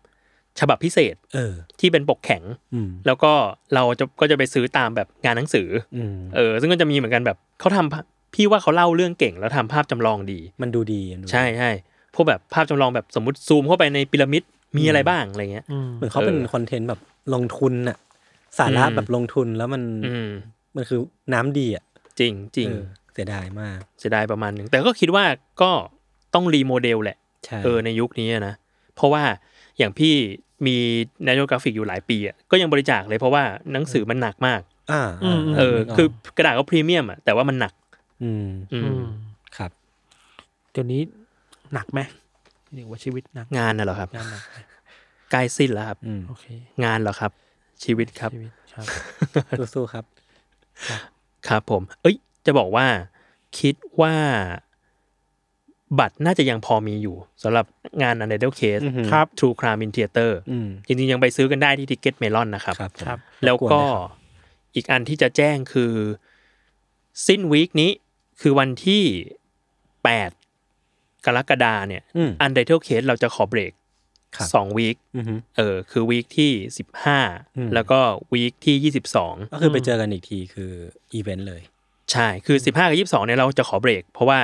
Speaker 3: ฉบับพิเศษ
Speaker 1: เออ
Speaker 3: ที่เป็นปกแข็ง
Speaker 1: อืม
Speaker 3: แล้วก็เราจะก็จะไปซื้อตามแบบงานหนังสืออ
Speaker 1: อืม
Speaker 3: เออ ซึ่งก็จะมีเหมือนกันแบบเขาทำภาพพี่ว่าเขาเล่าเรื่องเก่งแล้วทำภาพจำลองดี
Speaker 1: มันดูดีมันดูดี
Speaker 3: ใช่ใช่พวกแบบภาพจำลองแบบสมมติซูมเข้าไปในพีระมิดมีอะไรบ้างอะไรเงี้ย
Speaker 2: อืม
Speaker 1: เหมือนเขาเป็น
Speaker 3: เออ
Speaker 1: คอนเทนต์แบบลงทุนอ่ะ สาระ
Speaker 3: อืม
Speaker 1: แบบลงทุนแล้วมัน
Speaker 3: อืม
Speaker 1: มันคือน้ำดีอ่ะ
Speaker 3: จริงจริง
Speaker 1: เออเสียดายมาก
Speaker 3: เสียดายประมาณหนึ่งแต่ก็คิดว่าก็ต้องรีโมเดลแหละ
Speaker 1: ใช่
Speaker 3: เออในยุคนี้อะนะ เพราะว่าอย่างพี่มีนโยกราฟิกอยู่หลายปีอ่ะก็ยังบริจาคเลยเพราะว่าหนังสือมันหนักมาก
Speaker 1: อ่าาา
Speaker 3: เออ
Speaker 1: นึกก
Speaker 3: คือกระดาษก็พรีเมียมอ่ะแต่ว่ามันหนัก
Speaker 1: อืม
Speaker 3: อื
Speaker 2: อื
Speaker 3: ม
Speaker 2: ม
Speaker 1: ครับ
Speaker 2: เดี๋ยวนี้หนักไหมหรือว่าชีวิตหนัก
Speaker 3: งานน่ะเหรอครับ
Speaker 2: งานหนักไหม
Speaker 3: ใกล้สิ้นแล้วครับ
Speaker 1: อืม
Speaker 2: โอเค
Speaker 3: งานเหรอครับ ชีวิตครับ
Speaker 2: ชีวิตครับ
Speaker 1: สู้ๆครับ
Speaker 3: ครับผม เอ้ย จะบอกว่า คิดว่า บัตรน่าจะยังพอมีอยู่สำหรับงาน u n d e r t a l e Case
Speaker 1: อือหือ
Speaker 2: ครับ
Speaker 3: True Crime in Theater
Speaker 1: อืม
Speaker 3: จริงๆ ยังไปซื้อกันได้ที่ Ticket Melon นะครับ
Speaker 1: ครับผม
Speaker 2: ครับ
Speaker 3: แล้ว
Speaker 1: รบน
Speaker 3: ก็
Speaker 1: นะครั
Speaker 3: อีกอันที่จะแจ้งคือ สิ้นวีคนี้คือวันที่ 8 กรกฎาเนี่ย
Speaker 1: อืม
Speaker 3: อันไดเทลเคสเราจะขอเบรก
Speaker 1: ครับ
Speaker 3: สองวีค
Speaker 1: อือฮึ
Speaker 3: เออคือวีคที่สิบห้า
Speaker 1: อืม
Speaker 3: แล้วก็วีคที่ยี่สิบสอง
Speaker 1: ก็คือไปเจอกันอีกทีคืออีเวนต์เลย
Speaker 3: ใช่คือสิบห้ากับยี่สิบสองเนี่ยเราจะขอเบรก เพราะว่า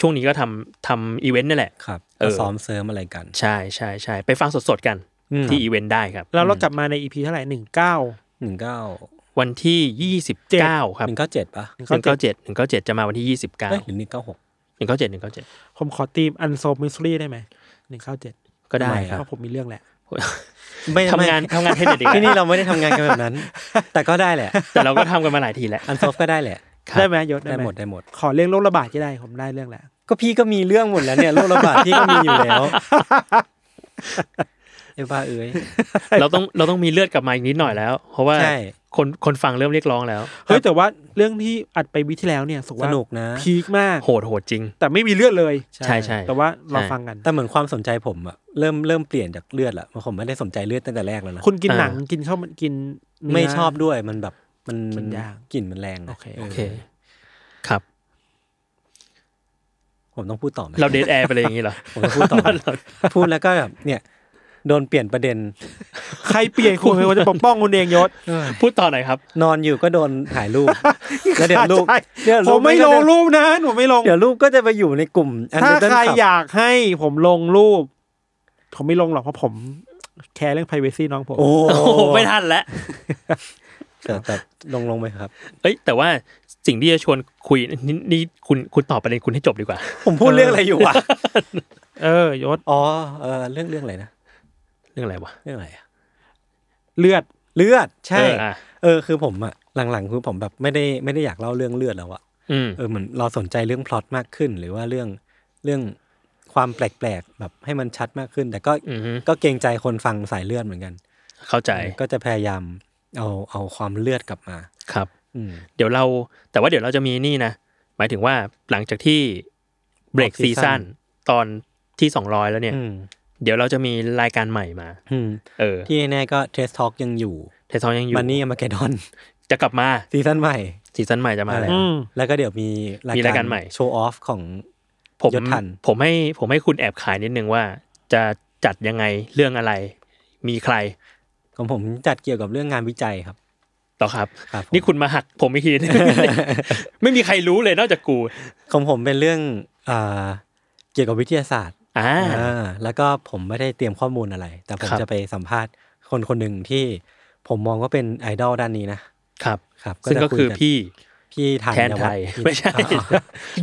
Speaker 3: ช่วงนี้ก็ทำทำอีเวนต์นี่แหละ
Speaker 1: ครับ
Speaker 3: เอ
Speaker 1: ก็
Speaker 3: อ
Speaker 1: ซ้อมเสริมอะไรกัน
Speaker 3: ใช่ใช่ใช่ไปฟังสดๆกัน
Speaker 1: อืม
Speaker 3: ที่อีเวนต์ได้ครับ
Speaker 2: แล้วเรา
Speaker 3: อืม
Speaker 2: กลับมาในอีพีเท่าไหร่หนึ่งเก้า
Speaker 1: หนึ่งเก้า
Speaker 3: วันที่ยี่สิบเก้าครับ
Speaker 1: ห
Speaker 3: ห
Speaker 1: นึ่
Speaker 3: นึ่
Speaker 1: งเก้าเจ็ดปะ
Speaker 3: งเก้าเจ็ดหนึ่งเก้าเจ็ดจะมาวันที่ยี่สิบเก้า
Speaker 1: เอ้ยหรือหนึ่งเก้าหก
Speaker 3: หนึ่งเก้าเจ็ดหนึ่งเก้าเจ็ด
Speaker 2: ผมขอตีมอันโซมิสซูรีได้ไหมหนึ่งเก้าเจ็ด
Speaker 3: ก็ได้
Speaker 1: ทำไม
Speaker 3: ค
Speaker 1: ครั
Speaker 2: เพ
Speaker 3: รับ
Speaker 1: บ
Speaker 2: ราะผมมีเรื่องแหละ
Speaker 1: ไม่ <laughs>
Speaker 3: ทำงาน
Speaker 1: ไม่
Speaker 3: ทำงานให้เด็กอีก
Speaker 1: ที่นี่เราไม่ได้ทำงานกันแบบ
Speaker 3: <laughs>
Speaker 1: นั้น แต่ก็ได้แหละ
Speaker 3: แต่เราก็ทำกันมาหลายทีแล้ว
Speaker 1: อันซอฟก็ได้แหละ
Speaker 3: ครับ
Speaker 2: ได้ไหมยศ
Speaker 1: ได้
Speaker 2: ได้ไห
Speaker 1: ห
Speaker 2: ม
Speaker 1: มดได้หมด
Speaker 2: ขอเรื่องโรคระบาดก็ได้ผมได้เรื่องแหละ
Speaker 1: ก็พี่ก็มีเรื่องหมดแล้วเนี่ยโรคระบาดพี่ก็มีอยู่
Speaker 3: <laughs>
Speaker 1: แล้วไอ้บ้าเอ้ย
Speaker 3: เราต้องเราต้องมีเลือดกลับมาอีกนิดหน่อยแล้ว เพราะว่า
Speaker 1: ใช่
Speaker 3: คนคนฟังเริ่มเรียกร้องแล้ว
Speaker 2: เฮ้ยแต่ว่าเรื่องที่อัดไปวิที่แล้วเนี่ยสุ
Speaker 1: ส
Speaker 2: ว่า
Speaker 1: นุกนะ
Speaker 2: พีคมาก
Speaker 3: โหดโหดจริง
Speaker 2: แต่ไม่มีเลือดเลย
Speaker 3: ใช่ใช่
Speaker 2: แต่ว่าเราฟังกัน
Speaker 1: แต่เหมือนความสนใจผมอะเริ่มเริ่มเปลี่ยนจากเลือดละเพราะผมไม่ได้สนใจเลือดตั้งแต่แรกแล้วนะ
Speaker 2: คุณกินหนังกินข้าวมันกินเนื้
Speaker 1: ไม่ชอบด้วยมันแบบ
Speaker 2: กิน
Speaker 1: มันมัน
Speaker 2: ยาก
Speaker 1: กลิ่นมันแรงนะ
Speaker 2: โอเค
Speaker 1: เอ
Speaker 3: โอ
Speaker 1: อ
Speaker 3: เค ครับ
Speaker 1: ผมต้องพูดต่อไหม
Speaker 3: เราเดทแอร์ไปเลยอย่างนี้เหรอ
Speaker 1: ผมต้องพูดต่อ
Speaker 2: <laughs>
Speaker 1: ไหมพูดแล้วก็แบบเนี่ย โดนเปลี่ยนประเด็น
Speaker 2: ใครเปลี่ยนคุณ <laughs> เป็นคนจะปกป้องคุณเองยศ
Speaker 3: พูดต่อหน่อยครับ
Speaker 1: นอนอยู่ก็โดนถ่ายรู
Speaker 2: <laughs>
Speaker 1: ป แล้วเดี๋ยวลูก
Speaker 2: ใช่
Speaker 1: เดี๋ยว
Speaker 2: <laughs> ผ
Speaker 1: ลู
Speaker 2: ม
Speaker 1: ก
Speaker 2: ไม่ลง
Speaker 1: ก็จะ
Speaker 2: รูปนะหนูไม่ลง
Speaker 1: เดี๋ยวลูกก็จะไปอยู่ในกลุ่ม
Speaker 2: ถ้า
Speaker 1: Underdog
Speaker 2: ใคร
Speaker 1: Club
Speaker 2: อยากให้ผมลงรูป ผมไม่ลงหรอกเพราะผมแคร์เรื่อง p r i เวซีน้องผม
Speaker 1: โอ้
Speaker 3: โอ้โหไม่ทันแล้ว
Speaker 1: แต่แต่ลงลงไปครับ
Speaker 3: เอ้ย แต่ว่าสิ่งที่จะชวนคุยนี่นี่คุณคุณตอบประเด็นคุณให้จบดีกว่า
Speaker 1: ผมพูดเรื่องอะไรอยู่วะ
Speaker 2: เออยศ
Speaker 1: อ๋อเออเรื่องเรื่องอะไรนะ
Speaker 3: เรื่องอะไรวะ
Speaker 1: เรื่องอะไรอะ
Speaker 2: เลือด
Speaker 1: เลือดใช่
Speaker 3: เอออ่ะ
Speaker 1: เออคือผมอะหลังๆคือผมแบบไม่ได้ไม่ได้อยากเล่าเรื่องเลือดแล้วอะ
Speaker 3: อืม
Speaker 1: เออเหมือนเราสนใจเรื่องพล็อตมากขึ้น หรือว่าเรื่องเรื่องความแปลกๆแบบให้มันชัดมากขึ้น แต่ก็
Speaker 3: อือฮึ
Speaker 1: ก็เกรงใจคนฟังสายเลือดเหมือนกัน
Speaker 3: เข้าใจ
Speaker 1: ก็จะพยายามเอาเอาความเลือดกลับมา
Speaker 3: ครับ
Speaker 1: อืม
Speaker 3: เดี๋ยวเราแต่ว่าเดี๋ยวเราจะมีนี่นะ หมายถึงว่าหลังจากที่เบรก
Speaker 1: ออก
Speaker 3: ซี
Speaker 1: ซีซั่
Speaker 3: ซั่
Speaker 1: น
Speaker 3: นตอนที่สองร้อยแล้วเนี่ย
Speaker 1: อืม
Speaker 3: เดี๋ยวเราจะมีรายการใหม่มา
Speaker 1: อืม
Speaker 3: เออ
Speaker 1: ที่แน่ๆก็เทสทอกยังอยู่
Speaker 3: เทสซองยังอยู่
Speaker 1: มันนี่มาแกดอน
Speaker 3: จะกลับมา
Speaker 1: ซีซั่นใหม่
Speaker 3: ซีซั่นใหม่จะมาแล้ว
Speaker 2: อืม
Speaker 1: แล้วก็เดี๋ยวมี
Speaker 3: มีรายการใหม่
Speaker 1: โชว์ออฟของ
Speaker 3: ผม
Speaker 1: ยศทัน
Speaker 3: ผมให้ผมให้คุณแอบขายนิดนึงว่า จะจัดยังไงเรื่องอะไร มีใคร
Speaker 1: ของผมจัดเกี่ยวกับเรื่องงานวิจัยครับ
Speaker 3: ต่อครับ
Speaker 1: ครับผม
Speaker 3: นี่คุณมาหักผมอีกทีนึง <laughs> ไม่มีใครรู้เลยนอกจากกู
Speaker 1: ของผมเป็นเรื่องอ่าเกี่ยวกับวิทยาศาสตร์
Speaker 3: อ่า
Speaker 1: อ่าแล้วก็ผมไม่ได้เตรียมข้อมูลอะไร แต่ผม
Speaker 3: ครับ
Speaker 1: จะไปสัมภาษณ์คนคนหนึ่งที่ผมมองว่าเป็นไอดอลด้านนี้นะครับ ครับ
Speaker 3: ซึ่งก็
Speaker 1: จะย
Speaker 3: คือพี่
Speaker 1: พี่ทัน
Speaker 3: แทนไทยไม่ใช่ <laughs>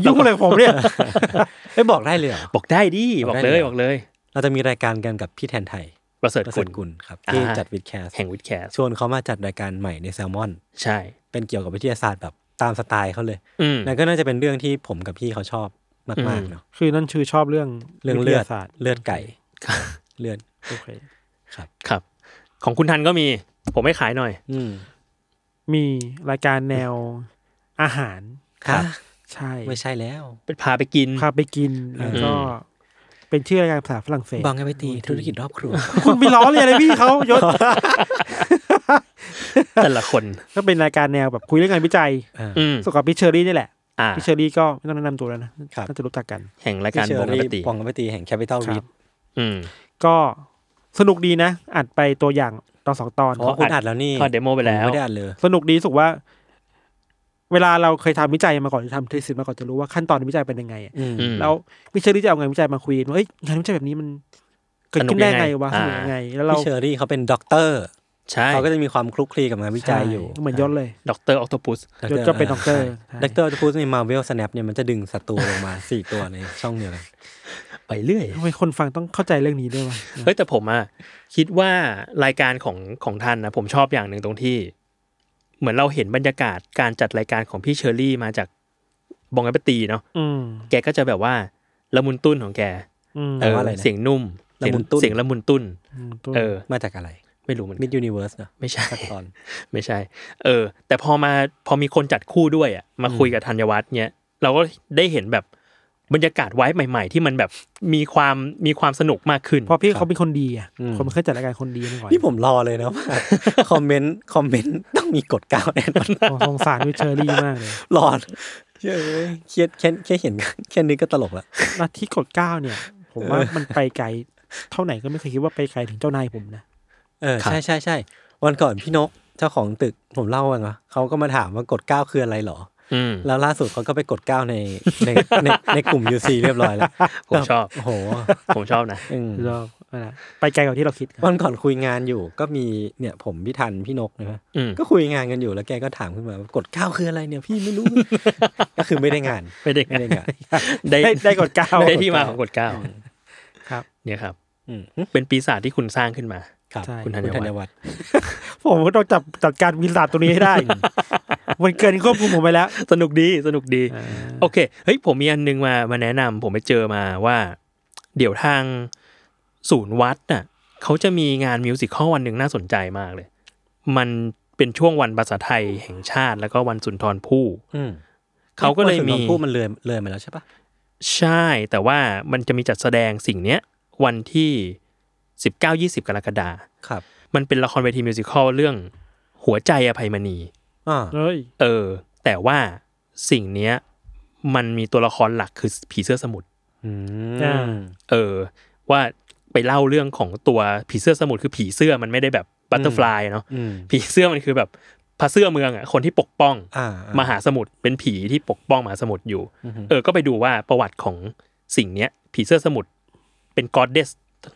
Speaker 2: ยุ่งเลยผมเนี่ย
Speaker 1: <laughs> ไม่บอกได้เลยเหรอ
Speaker 3: บอกได้
Speaker 1: <laughs>
Speaker 3: ดิบอก
Speaker 1: ได้
Speaker 3: เล
Speaker 1: เลย ย
Speaker 3: บอกเลย
Speaker 1: เราจะมีรายการกันกับพี่แทนไทย
Speaker 3: ประเสริฐ
Speaker 1: ประเส
Speaker 3: คุ
Speaker 1: ริ
Speaker 3: ณ
Speaker 1: ฐกุลครับ
Speaker 3: อ่า
Speaker 1: ที่จัดวิดแคส
Speaker 3: แห่งวิดแคส
Speaker 1: ชวนเขามาจัดรายการใหม่ในแซลมอน
Speaker 3: ใช่
Speaker 1: เป็นเกี่ยวกับวิทยาศาสตร์แบบตามสไตล์เขาเลย
Speaker 3: อืม
Speaker 1: นั่นก็น่าจะเป็นเรื่องที่ผมกับพี่เขาชอบมาก
Speaker 3: อืม
Speaker 1: ๆเนาะ
Speaker 2: คือนั่นชื่อชอบเรื่อง
Speaker 1: เรื่องเลือด
Speaker 2: วิทยาศาสตร์
Speaker 1: เลือดไก่เลือด
Speaker 2: โอเค
Speaker 3: ครับ ของคุณทันก็มี ผมไม่ขายหน่อย
Speaker 1: อืม
Speaker 2: มีรายการแนวอาหาร
Speaker 1: ครับ
Speaker 2: ใช่
Speaker 1: ไม่ใช่แล้ว
Speaker 3: เป็นพาไปกิน
Speaker 2: พาไปกินแล้วก็ เป็นชื่อรายการภาษาฝรั่งเศส
Speaker 1: บางไอไปตีธุรกิจรอบครัว
Speaker 2: คุณไปล้อเลยอะไรพี่เขายศ
Speaker 3: แต่ละคน
Speaker 2: ก็เป็นรายการแนวแบบคุยเรื่องงานวิจัย
Speaker 3: อืม
Speaker 2: สวนกับพิชเชอรี่นี่แหละ
Speaker 3: อ่า
Speaker 2: พิชเชอรี่ก็ไม่ต้องแนะนำตัวแล้วนะครับ น่าจะรู้จักกัน
Speaker 3: แห่งรายการ
Speaker 1: พี่
Speaker 3: บ
Speaker 1: เชอง
Speaker 3: ก
Speaker 1: รี่
Speaker 3: ปติ
Speaker 1: ปองไอไปตีแห่งแคปิตอล
Speaker 2: ครั
Speaker 1: รี
Speaker 2: บ
Speaker 1: ด
Speaker 3: อืม
Speaker 2: ก็สนุกดีนะ อัดไปตัวอย่างตอนสองตอน
Speaker 1: เพราะคุณอัดแล้วนี่
Speaker 3: เขาเดโมไปแล้ว
Speaker 1: ผไม่ได้อัดเลย
Speaker 2: สนุกดีรู้สุกว่า เวลาเราเคยทำวิจัยมาก่อนหรือทำทฤษฎีมาก่อนจะรู้ว่าขั้นตอนในวิจัยเป็นยังไงอะ
Speaker 1: อืม
Speaker 3: อืม
Speaker 2: แล้วพิชเชอรี่จะเอางานวิจัยมาคุยว่าเอ้ยงานวิจัยแบบนี้มันเกิดขึ้นได้ไงวะ
Speaker 3: ส
Speaker 2: ส
Speaker 3: นุ
Speaker 2: นุ
Speaker 3: ก
Speaker 2: กยัง
Speaker 3: ยั
Speaker 2: ง
Speaker 3: ไง
Speaker 2: ไง แล้วเรา
Speaker 1: พี่เชอรี่เขาเป็นด็อกเตอร์
Speaker 3: ใช่
Speaker 1: เขาก็จะมีความคลุกคลีกับงานวิจัยอยู่
Speaker 2: เหมือนยศเลย
Speaker 3: ดอกเตอร์ออคโตปัส
Speaker 1: ด็อย
Speaker 2: ศก็เป็นด็อกเตอร์ใช่
Speaker 1: ด็อกเตอร์จะพูดในมาเวลสแนปเนี่ยมันจะดึงศัตรูลงมา สี่ตัวในช่องเดียวกัน
Speaker 3: ไปเรื่อย
Speaker 2: ทำไมคนฟังต้องเข้าใจเรื่องนี้ด้วยวะ
Speaker 3: เฮ้ยแต่ผมอะคิดว่ารายการของของท่านนะผมชอบอย่างหนึ่งตรงที่ เหมือนเราเห็นบรรยากาศการจัดรายการของพี่เชอรี่มาจากบองไอปตีเนาะ
Speaker 2: อืม
Speaker 3: แกก็จะแบบว่าละมุนตุ้นของแก
Speaker 2: อืม
Speaker 3: เออเสียงนุ่มเสียงเสียงละมุนตุ้น
Speaker 2: ตัว
Speaker 3: เออ
Speaker 1: มาจากอะไร
Speaker 3: ไม่รู้เหมือน
Speaker 1: มิ
Speaker 3: กัน
Speaker 1: ดยูนิเวิร์สเนาะ
Speaker 3: ไม่ใช่
Speaker 1: สักตอน
Speaker 3: ไม่ใช่ เออ แต่พอมาพอมีคนจัดคู่ด้วยอะมาคุยกับธัญวัฒน์เนี่ยเราก็ได้เห็นแบบบรรยากาศไว้ใหม่ ๆ ที่มันแบบมีความมีความสนุกมากขึ้น
Speaker 2: เพอพี่เขาเป็นคนดีอ่ะ
Speaker 1: อืม
Speaker 2: คนมันเคยจัดรายการคนดีมาก่อน
Speaker 1: นี่ผมรอเลยนะ <laughs> ว่าคอมเมนต์คอมเมนต์ต้องมีกดเก้าแน่นอน
Speaker 2: ผมสงสารวิชเชอรี่มากเลย
Speaker 1: รอ เฮ้ยเครียดแค่แค่เห็นแค่นี้ก็ตลกละ
Speaker 2: ลัทธิกฎเกล้าเนี่ย ผมว่ามันไปไกลเท่าไหนก็ไม่เคยคิดว่าไปไกลถึงเจ้านายผมนะ
Speaker 1: เออใช่ใช่ใช่วันก่อนพี่นกเจ้าของตึกผมเล่าว่าไงวะเขาก็มาถามว่ากดเก้าคืออะไรหรอ
Speaker 3: อืม
Speaker 1: แล้วล่าสุดเขาก็ไปกดเก้าในในในในกลุ่ม UC เรียบร้อยแล้ว
Speaker 3: ผมชอบ
Speaker 1: โอ้โห
Speaker 3: ผมชอบนะ
Speaker 1: อืม
Speaker 2: เราไปไกลกว่าที่เราคิดครับ
Speaker 1: วันก่อนคุยงานอยู่ก็มีเนี่ยผมพี่ทันพี่นกนะฮะ
Speaker 3: อืม
Speaker 1: ก็คุยงานกันอยู่แล้วแกก็ถามขึ้นมาว่ากดข้าวคืออะไรเนี่ยพี่ไม่รู้ <laughs> ก็คือไม่ได้งาน
Speaker 3: ไม่ได้
Speaker 1: ไม่ได้งาน
Speaker 3: ได้
Speaker 2: ได้ได้กฎเกล้า
Speaker 3: ได้ที่มาของกฎเก้า
Speaker 2: ครับ
Speaker 3: เนี่ยครับ
Speaker 1: อืม
Speaker 3: เป็นปีศาจที่คุณสร้างขึ้นมา
Speaker 1: ครับ
Speaker 2: ใช่
Speaker 3: คุณธัญวัฒน์
Speaker 1: คุณธัญวัฒน์
Speaker 2: ผมก็ต้องจับจัดการวินสาสตัวนี้ให้ได้ <laughs> มันเกินควบคุมผมไปแล้ว
Speaker 3: สนุกดีสนุกดี โอเค เฮ้ย ผมมีอันนึงมามาแนะนำผมไปเจอมาว่า เดี๋ยวทางศูนย์วัดน่ะเขาจะมีงานมิวสิคอลวันหนึ่งน่าสนใจมากเลย มันเป็นช่วงวันภาษาไทยแห่งชาติ แล้วก็วันสุนทรภู่
Speaker 1: อืม
Speaker 3: เขาก็เลยมี
Speaker 1: คนสุนทรภู่มันเลยเลยมาแล้วใช่ปะ
Speaker 3: ใช่ แต่ว่ามันจะมีจัดแสดงสิ่งเนี้ย วันที่ 19-20 กรกฎาคม
Speaker 1: ครับ
Speaker 3: มันเป็นละครเวทีมิวสิคอลเรื่องหัวใจอภัยมณี
Speaker 1: อ่า
Speaker 2: เฮ้ย
Speaker 3: เออ แต่ว่าสิ่งเนี้ยมันมีตัวละครหลักคือผีเสื้อสมุทร
Speaker 1: อื
Speaker 2: อ่า
Speaker 1: ม
Speaker 3: เออว่าไปเล่าเรื่องของตัวผีเสื้อสมุทรคือผีเสื้อมันไม่ได้แบบบัตเตอร์ฟลายเนาะ
Speaker 1: อืม
Speaker 3: ผีเสื้อมันคือแบบพระเสื้อเมืองอ่ะคนที่ปกป้อง
Speaker 1: อ่าม ม
Speaker 3: หาสมุทรเป็นผีที่ปกป้องมหาสมุทรอยู่
Speaker 1: อืม
Speaker 3: เออก็ไปดูว่าประวัติของสิ่งเนี้ย ผีเสื้อสมุทรเป็นกอดเดส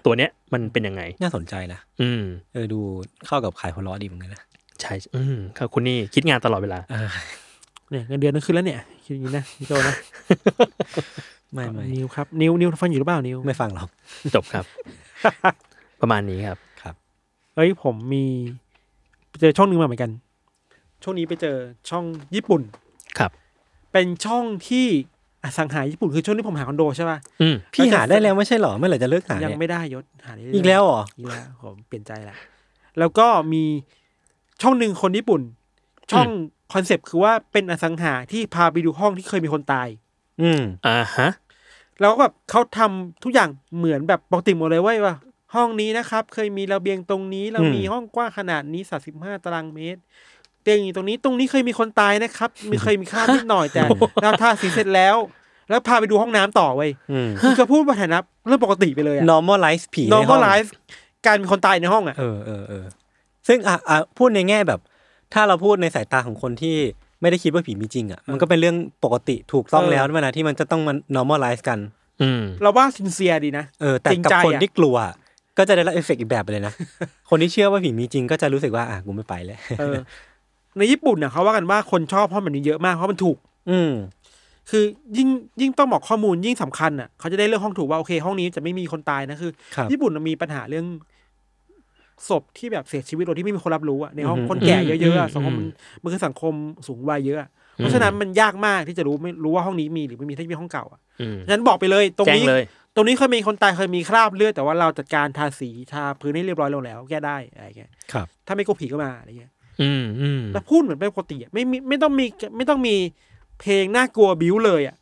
Speaker 3: ตัวเนี้ยมันเป็นยังไง
Speaker 1: น่าสนใจนะ
Speaker 3: อืม
Speaker 1: เออดูเข้ากับขายหัวล้อดีเหมือนกันนะ
Speaker 3: ใช่อืมครับคุณนี่คิดงานตลอดเวลา
Speaker 1: อ่า
Speaker 2: เนี่ยเงินเดือนนึงขึ้นแล้วเนี่ยคิดอย่างนี้นะพี่โจนะ
Speaker 1: ไม่ไม่
Speaker 2: นิวครับนิวนิวฟังอยู่หรือเปล่านิว
Speaker 1: ไม่ฟังหรอก
Speaker 3: จบ <laughs> ครับ ประมาณนี้ครับ
Speaker 2: เอ้ยผมมีไปเจอช่องหนึงมาเหมือนกัน ช่วงนี้ไปเจอช่องญี่ปุ่น
Speaker 3: ครับ
Speaker 2: เป็นช่องที่อสังหาญี่ปุ่นคือช่วงที่ผมหาคอนโดใช่ป่ะ
Speaker 3: อืม
Speaker 1: พี่หาได้แล้วไม่ใช่หรอเมื่อไหร่จะเลิกหา
Speaker 2: ยัง
Speaker 1: เนี่ย
Speaker 2: ไม่ได้ยศหาได้เรื่ย
Speaker 1: อีกแล้วเหรอ
Speaker 2: อีกแล้วผมเปลี่ยนใจละแล้วก็มีช่องหนึ่งคนญี่ปุ่น ช่องคอนเซปต์คือว่าเป็นอสังหาที่พาไปดูห้องที่เคยมีคนตาย
Speaker 1: อืม
Speaker 3: อ่าฮะ
Speaker 2: แล้วก็แบบเขาทำทุกอย่างเหมือนแบบปกติหมดเลยเว้ยว่า ห้องนี้นะครับ เคยมีระเบียงตรงนี้ เรามีห้องกว้างขนาดนี้สาสิบห้าตารางเมตร เตียงอยู่ตรงนี้ตรงนี้เคยมีคนตายนะครับ มีเคยมีค่าบนิดหน่อย
Speaker 1: <laughs>
Speaker 2: แต่เราทาสีเสร็จแล้ว แล้วพาไปดูห้องน้ำต่อเว้ย
Speaker 1: อืม
Speaker 2: คือจะพูดว่าฐานะเรื่องปกติไปเลยอะ
Speaker 1: normalize ผีในห้อง
Speaker 2: normal life การมีคนตายในห้องอะ
Speaker 1: เออเออเออซึ่งอ่ะอ่ะพูดในแง่แบบ ถ้าเราพูดในสายตาของคนที่ไม่ได้คิดว่าผีมีจริงอ่ะ มันก็เป็นเรื่องปกติถูกต้องแล้วนะนะที่มันจะต้องมัน normalize กัน
Speaker 3: อืม
Speaker 2: เราว่าซินเซียดีนะ
Speaker 1: เออ แต่
Speaker 2: จริง
Speaker 1: กับ
Speaker 2: ใจ
Speaker 1: คน
Speaker 2: อะ
Speaker 1: ที่กลัว ก็จะได้รับเอฟเฟกต์อีกแบบไปเลยนะ <laughs> คนที่เชื่อว่าผีมีจริงก็จะรู้สึกว่า อ่ะ กูไม่ไปแล้ว <laughs>
Speaker 2: เออ ในญี่ปุ่นน่ะเขาว่ากันว่าคนชอบห้องแบบนี้เยอะมากเพราะมันถูก
Speaker 1: อืม
Speaker 2: คือยิ่งยิ่งต้องบอกข้อมูลยิ่งสำคัญอ่ะเขาจะได้เรื่องห้องถูกว่าโอเค ห้องนี้จะไม่มีคนตายนะคือ
Speaker 1: ครับ
Speaker 2: ญี่ปุ่นมันมีปัญหาเรื่องศพที่แบบเสียชีวิตโดยที่ไม่มีคนรับรู้อะในห้อง
Speaker 1: อืม
Speaker 2: คนแก่เยอะๆ
Speaker 3: อื
Speaker 2: อะ
Speaker 3: ม
Speaker 2: สังคม
Speaker 3: อื
Speaker 2: มัน
Speaker 3: ม
Speaker 2: มันคือสังคมสูงวัยเยอะอะเพราะฉะนั้นมันยากมากที่จะรู้ไม่รู้ว่าห้องนี้มีหรือไม่มีถ้ามีห้องเก่าอ่ะ
Speaker 3: อืม
Speaker 2: ฉะนั้นบอกไปเลยตรง
Speaker 3: แจ้ง
Speaker 2: นี้
Speaker 3: เลย
Speaker 2: ตรงนี้เคยมีคนตายเคยมีคราบเลือดแต่ว่าเราจัดการทาสีทาพื้นให้เรียบร้อยลงแล้วแก้ได้อะไรเงี้ย
Speaker 1: ครับ
Speaker 2: ถ้าไม่กลัวผีก็มาอะไรเงี้ย
Speaker 3: อืมอืม
Speaker 2: แล้วพูดเหมือนเป็นปกติอะไม่มีไม่ต้องมีไม่ต้องมีเพลงน่ากลัวบิ้วเลยอ่ะ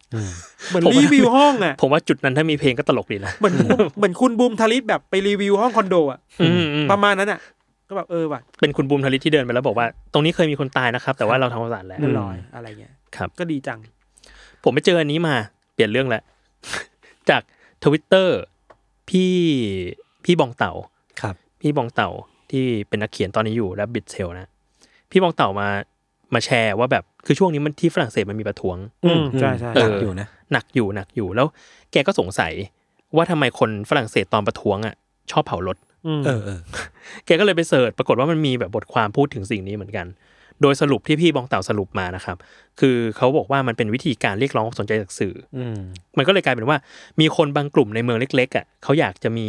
Speaker 2: เหมือน
Speaker 3: ผมว่า
Speaker 2: รีวิวห้องอ่ะ
Speaker 3: ผมว่าจุดนั้นถ้ามีเพลงก็ตลกดีนะ
Speaker 2: เหมือนคุณเหมือนคุณบูมทาริสแบบไปรีวิวห้องคอนโดอ่ะ
Speaker 3: อืมอืม
Speaker 2: ประมาณนั้นอ่ะ ก็แบบเออว่ะ
Speaker 3: เป็นคุณบูมทลิตที่เดินไปแล้วบอกว่า ตรงนี้เคยมีคนตายนะครับ แต่ว่าเราทำความสะอาดแล้ว
Speaker 2: เรียบร้อยอะไรเงี้ย
Speaker 3: ครับ
Speaker 2: ก็ดีจัง
Speaker 3: ผมไปเจออันนี้มา เปลี่ยนเรื่องแล้ว <laughs> จากทวิตเตอร์พี่พี่บองเต่า
Speaker 1: ครับ
Speaker 3: พี่บองเต่าที่เป็นนักเขียนตอนนี้อยู่แล้วบิดเซลนะ พี่บองเต่ามามาแชร์ว่าแบบคือช่วงนี้มันที่ฝรั่งเศสมันมีประท้วง
Speaker 2: อืมใช่ใช่
Speaker 1: หนักอยู่นะ
Speaker 3: หนักอยู่หนักอยู่แล้วแกก็สงสัยว่าทำไมคนฝรั่งเศสตอนประท้วงอ่ะชอบเผารถ
Speaker 2: อืม
Speaker 1: เออเออ
Speaker 3: แกก็เลยไปเสิร์ชปรากฏว่ามันมีแบบบทความพูดถึงสิ่งนี้เหมือนกัน โดยสรุปที่พี่บองเต่าสรุปมานะครับ คือเขาบอกว่ามันเป็นวิธีการเรียกร้องความสนใจจากสื่อ
Speaker 1: อืม
Speaker 3: มันก็เลยกลายเป็นว่ามีคนบางกลุ่มในเมืองเล็กๆอ่ะเขาอยากจะมี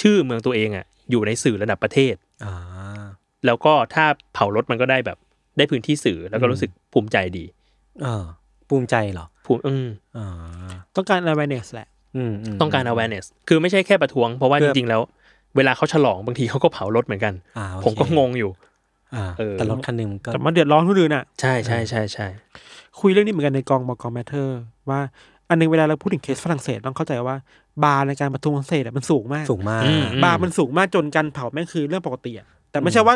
Speaker 3: ชื่อเมืองตัวเองอ่ะอยู่ในสื่อระดับประเทศ
Speaker 1: อ่า
Speaker 3: แล้วก็ถ้าเผารถมันก็ได้แบบได้พื้นที่สื่อแล้วก็รู้สึกภูมิใจดี
Speaker 1: อ่าภูมิใจเหรอ
Speaker 3: ภูมิอืม
Speaker 1: อ่า
Speaker 2: ต้องการอะไรเนสแหละ
Speaker 1: อืมม
Speaker 3: ต้องการ awareness คือไม่ใช่แค่ประท้วงเพราะว่าจริงๆแล้ว เวลาเขาฉลองบางทีเขาก็เผารถเหมือนกัน
Speaker 1: อ่าโอเค
Speaker 3: ผมก็งงอยู่
Speaker 1: อ่า
Speaker 3: เออ
Speaker 1: แต่รถคันหนึ่งมันก็
Speaker 2: แต่มันเดือดร้อนคนอื่นอ่ะ
Speaker 3: ใช่ใช่ใช่ใช่
Speaker 2: คุยเรื่องนี้เหมือนกันในกองบอกอแมทเทอร์ ว่าอันหนึงเวลาเราพูดถึงเคสฝรั่งเศสต้องเข้าใจว่าบาร์ในการประท้วงฝรั่งเศสอะมันสูงมาก
Speaker 1: สูงมาก
Speaker 3: อื
Speaker 2: บาร์มันสูงมากจนการเผาแม่งคือเรื่องปกติอ่ะแต่ไม่ใช่ว่า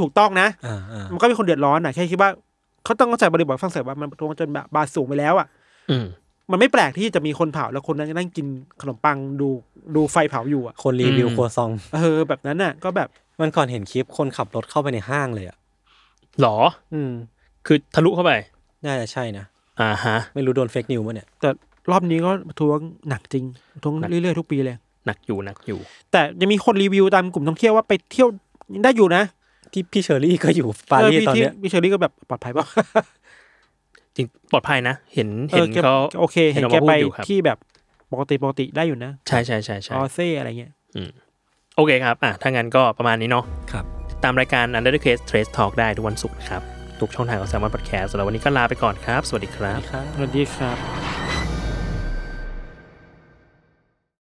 Speaker 2: ถูกต้องนะ
Speaker 1: อ่าอ่า
Speaker 2: มันก็มีคนเดือดร้อนอ่ะแค่คิดว่า เขาต้องเข้าใจบริบทฝรั่งเศสว่ามันประท้วงจนแบบบาดสูงไปแล้วอ่ะ
Speaker 3: อืม
Speaker 2: มันไม่แปลกที่จะมีคนเผาแล้วคนนั้นนั่งกินขนมปังดูดูไฟเผาอยู่อ่ะ <laughs>
Speaker 1: คนรีวิว
Speaker 3: อืม
Speaker 1: ครัวซอง
Speaker 2: เออแบบนั้นน่ะ ก็แบบ
Speaker 1: มันก่อนเห็นคลิปคนขับรถเข้าไปในห้างเลยอ่ะ
Speaker 3: หรอ
Speaker 2: อืม
Speaker 3: คือทะลุเข้าไป
Speaker 1: น่าจะใช่นะ
Speaker 3: อ่าฮะ
Speaker 1: ไม่รู้โดนเฟกนิวมั้เนี่ย
Speaker 2: แต่รอบนี้ก็ประท้วงหนักจริงประท้วง
Speaker 3: หนัก
Speaker 2: เรื่อยๆทุกปีเลย
Speaker 3: หนักอยู่หนักอยู่
Speaker 2: แต่ยังมีคนรีวิวตามกลุ่มท่องเที่ยวว่าไปเที่ยวได้อยู่นะ
Speaker 1: พี่พี่เชอรี่ก็อยู่ปารีส
Speaker 2: เพี่
Speaker 1: ตอนเนี้ย
Speaker 2: ที่พี่เชอรี่ก็แบบปลอดภัยเปล่ะ
Speaker 3: จริงปลอดภัยนะ เห็น <laughs> เห็นเขา
Speaker 2: โอเค เห็นแก
Speaker 3: เห็นออกมาพู
Speaker 2: ไป
Speaker 3: ดอยู่ครับ
Speaker 2: ที่แบบปกติปกติได้อยู่นะ
Speaker 3: ใช่ใช่ใช่ใช่
Speaker 2: ออเซ่อะไรเงี้ย
Speaker 3: โอเคครับ อ่ะ ถ้างั้นก็ประมาณนี้เนาะ
Speaker 1: ครับ
Speaker 3: ตามรายการ Under the Case Trace Talk ได้ทุกวันศุกร์นะครับ ทุกช่องทางของ s ซ l m o n Podcast สำหรับวันนี้ก็ลาไปก่อนครับ สวัสดีครับ
Speaker 1: ครับ
Speaker 2: สวัสดีครับ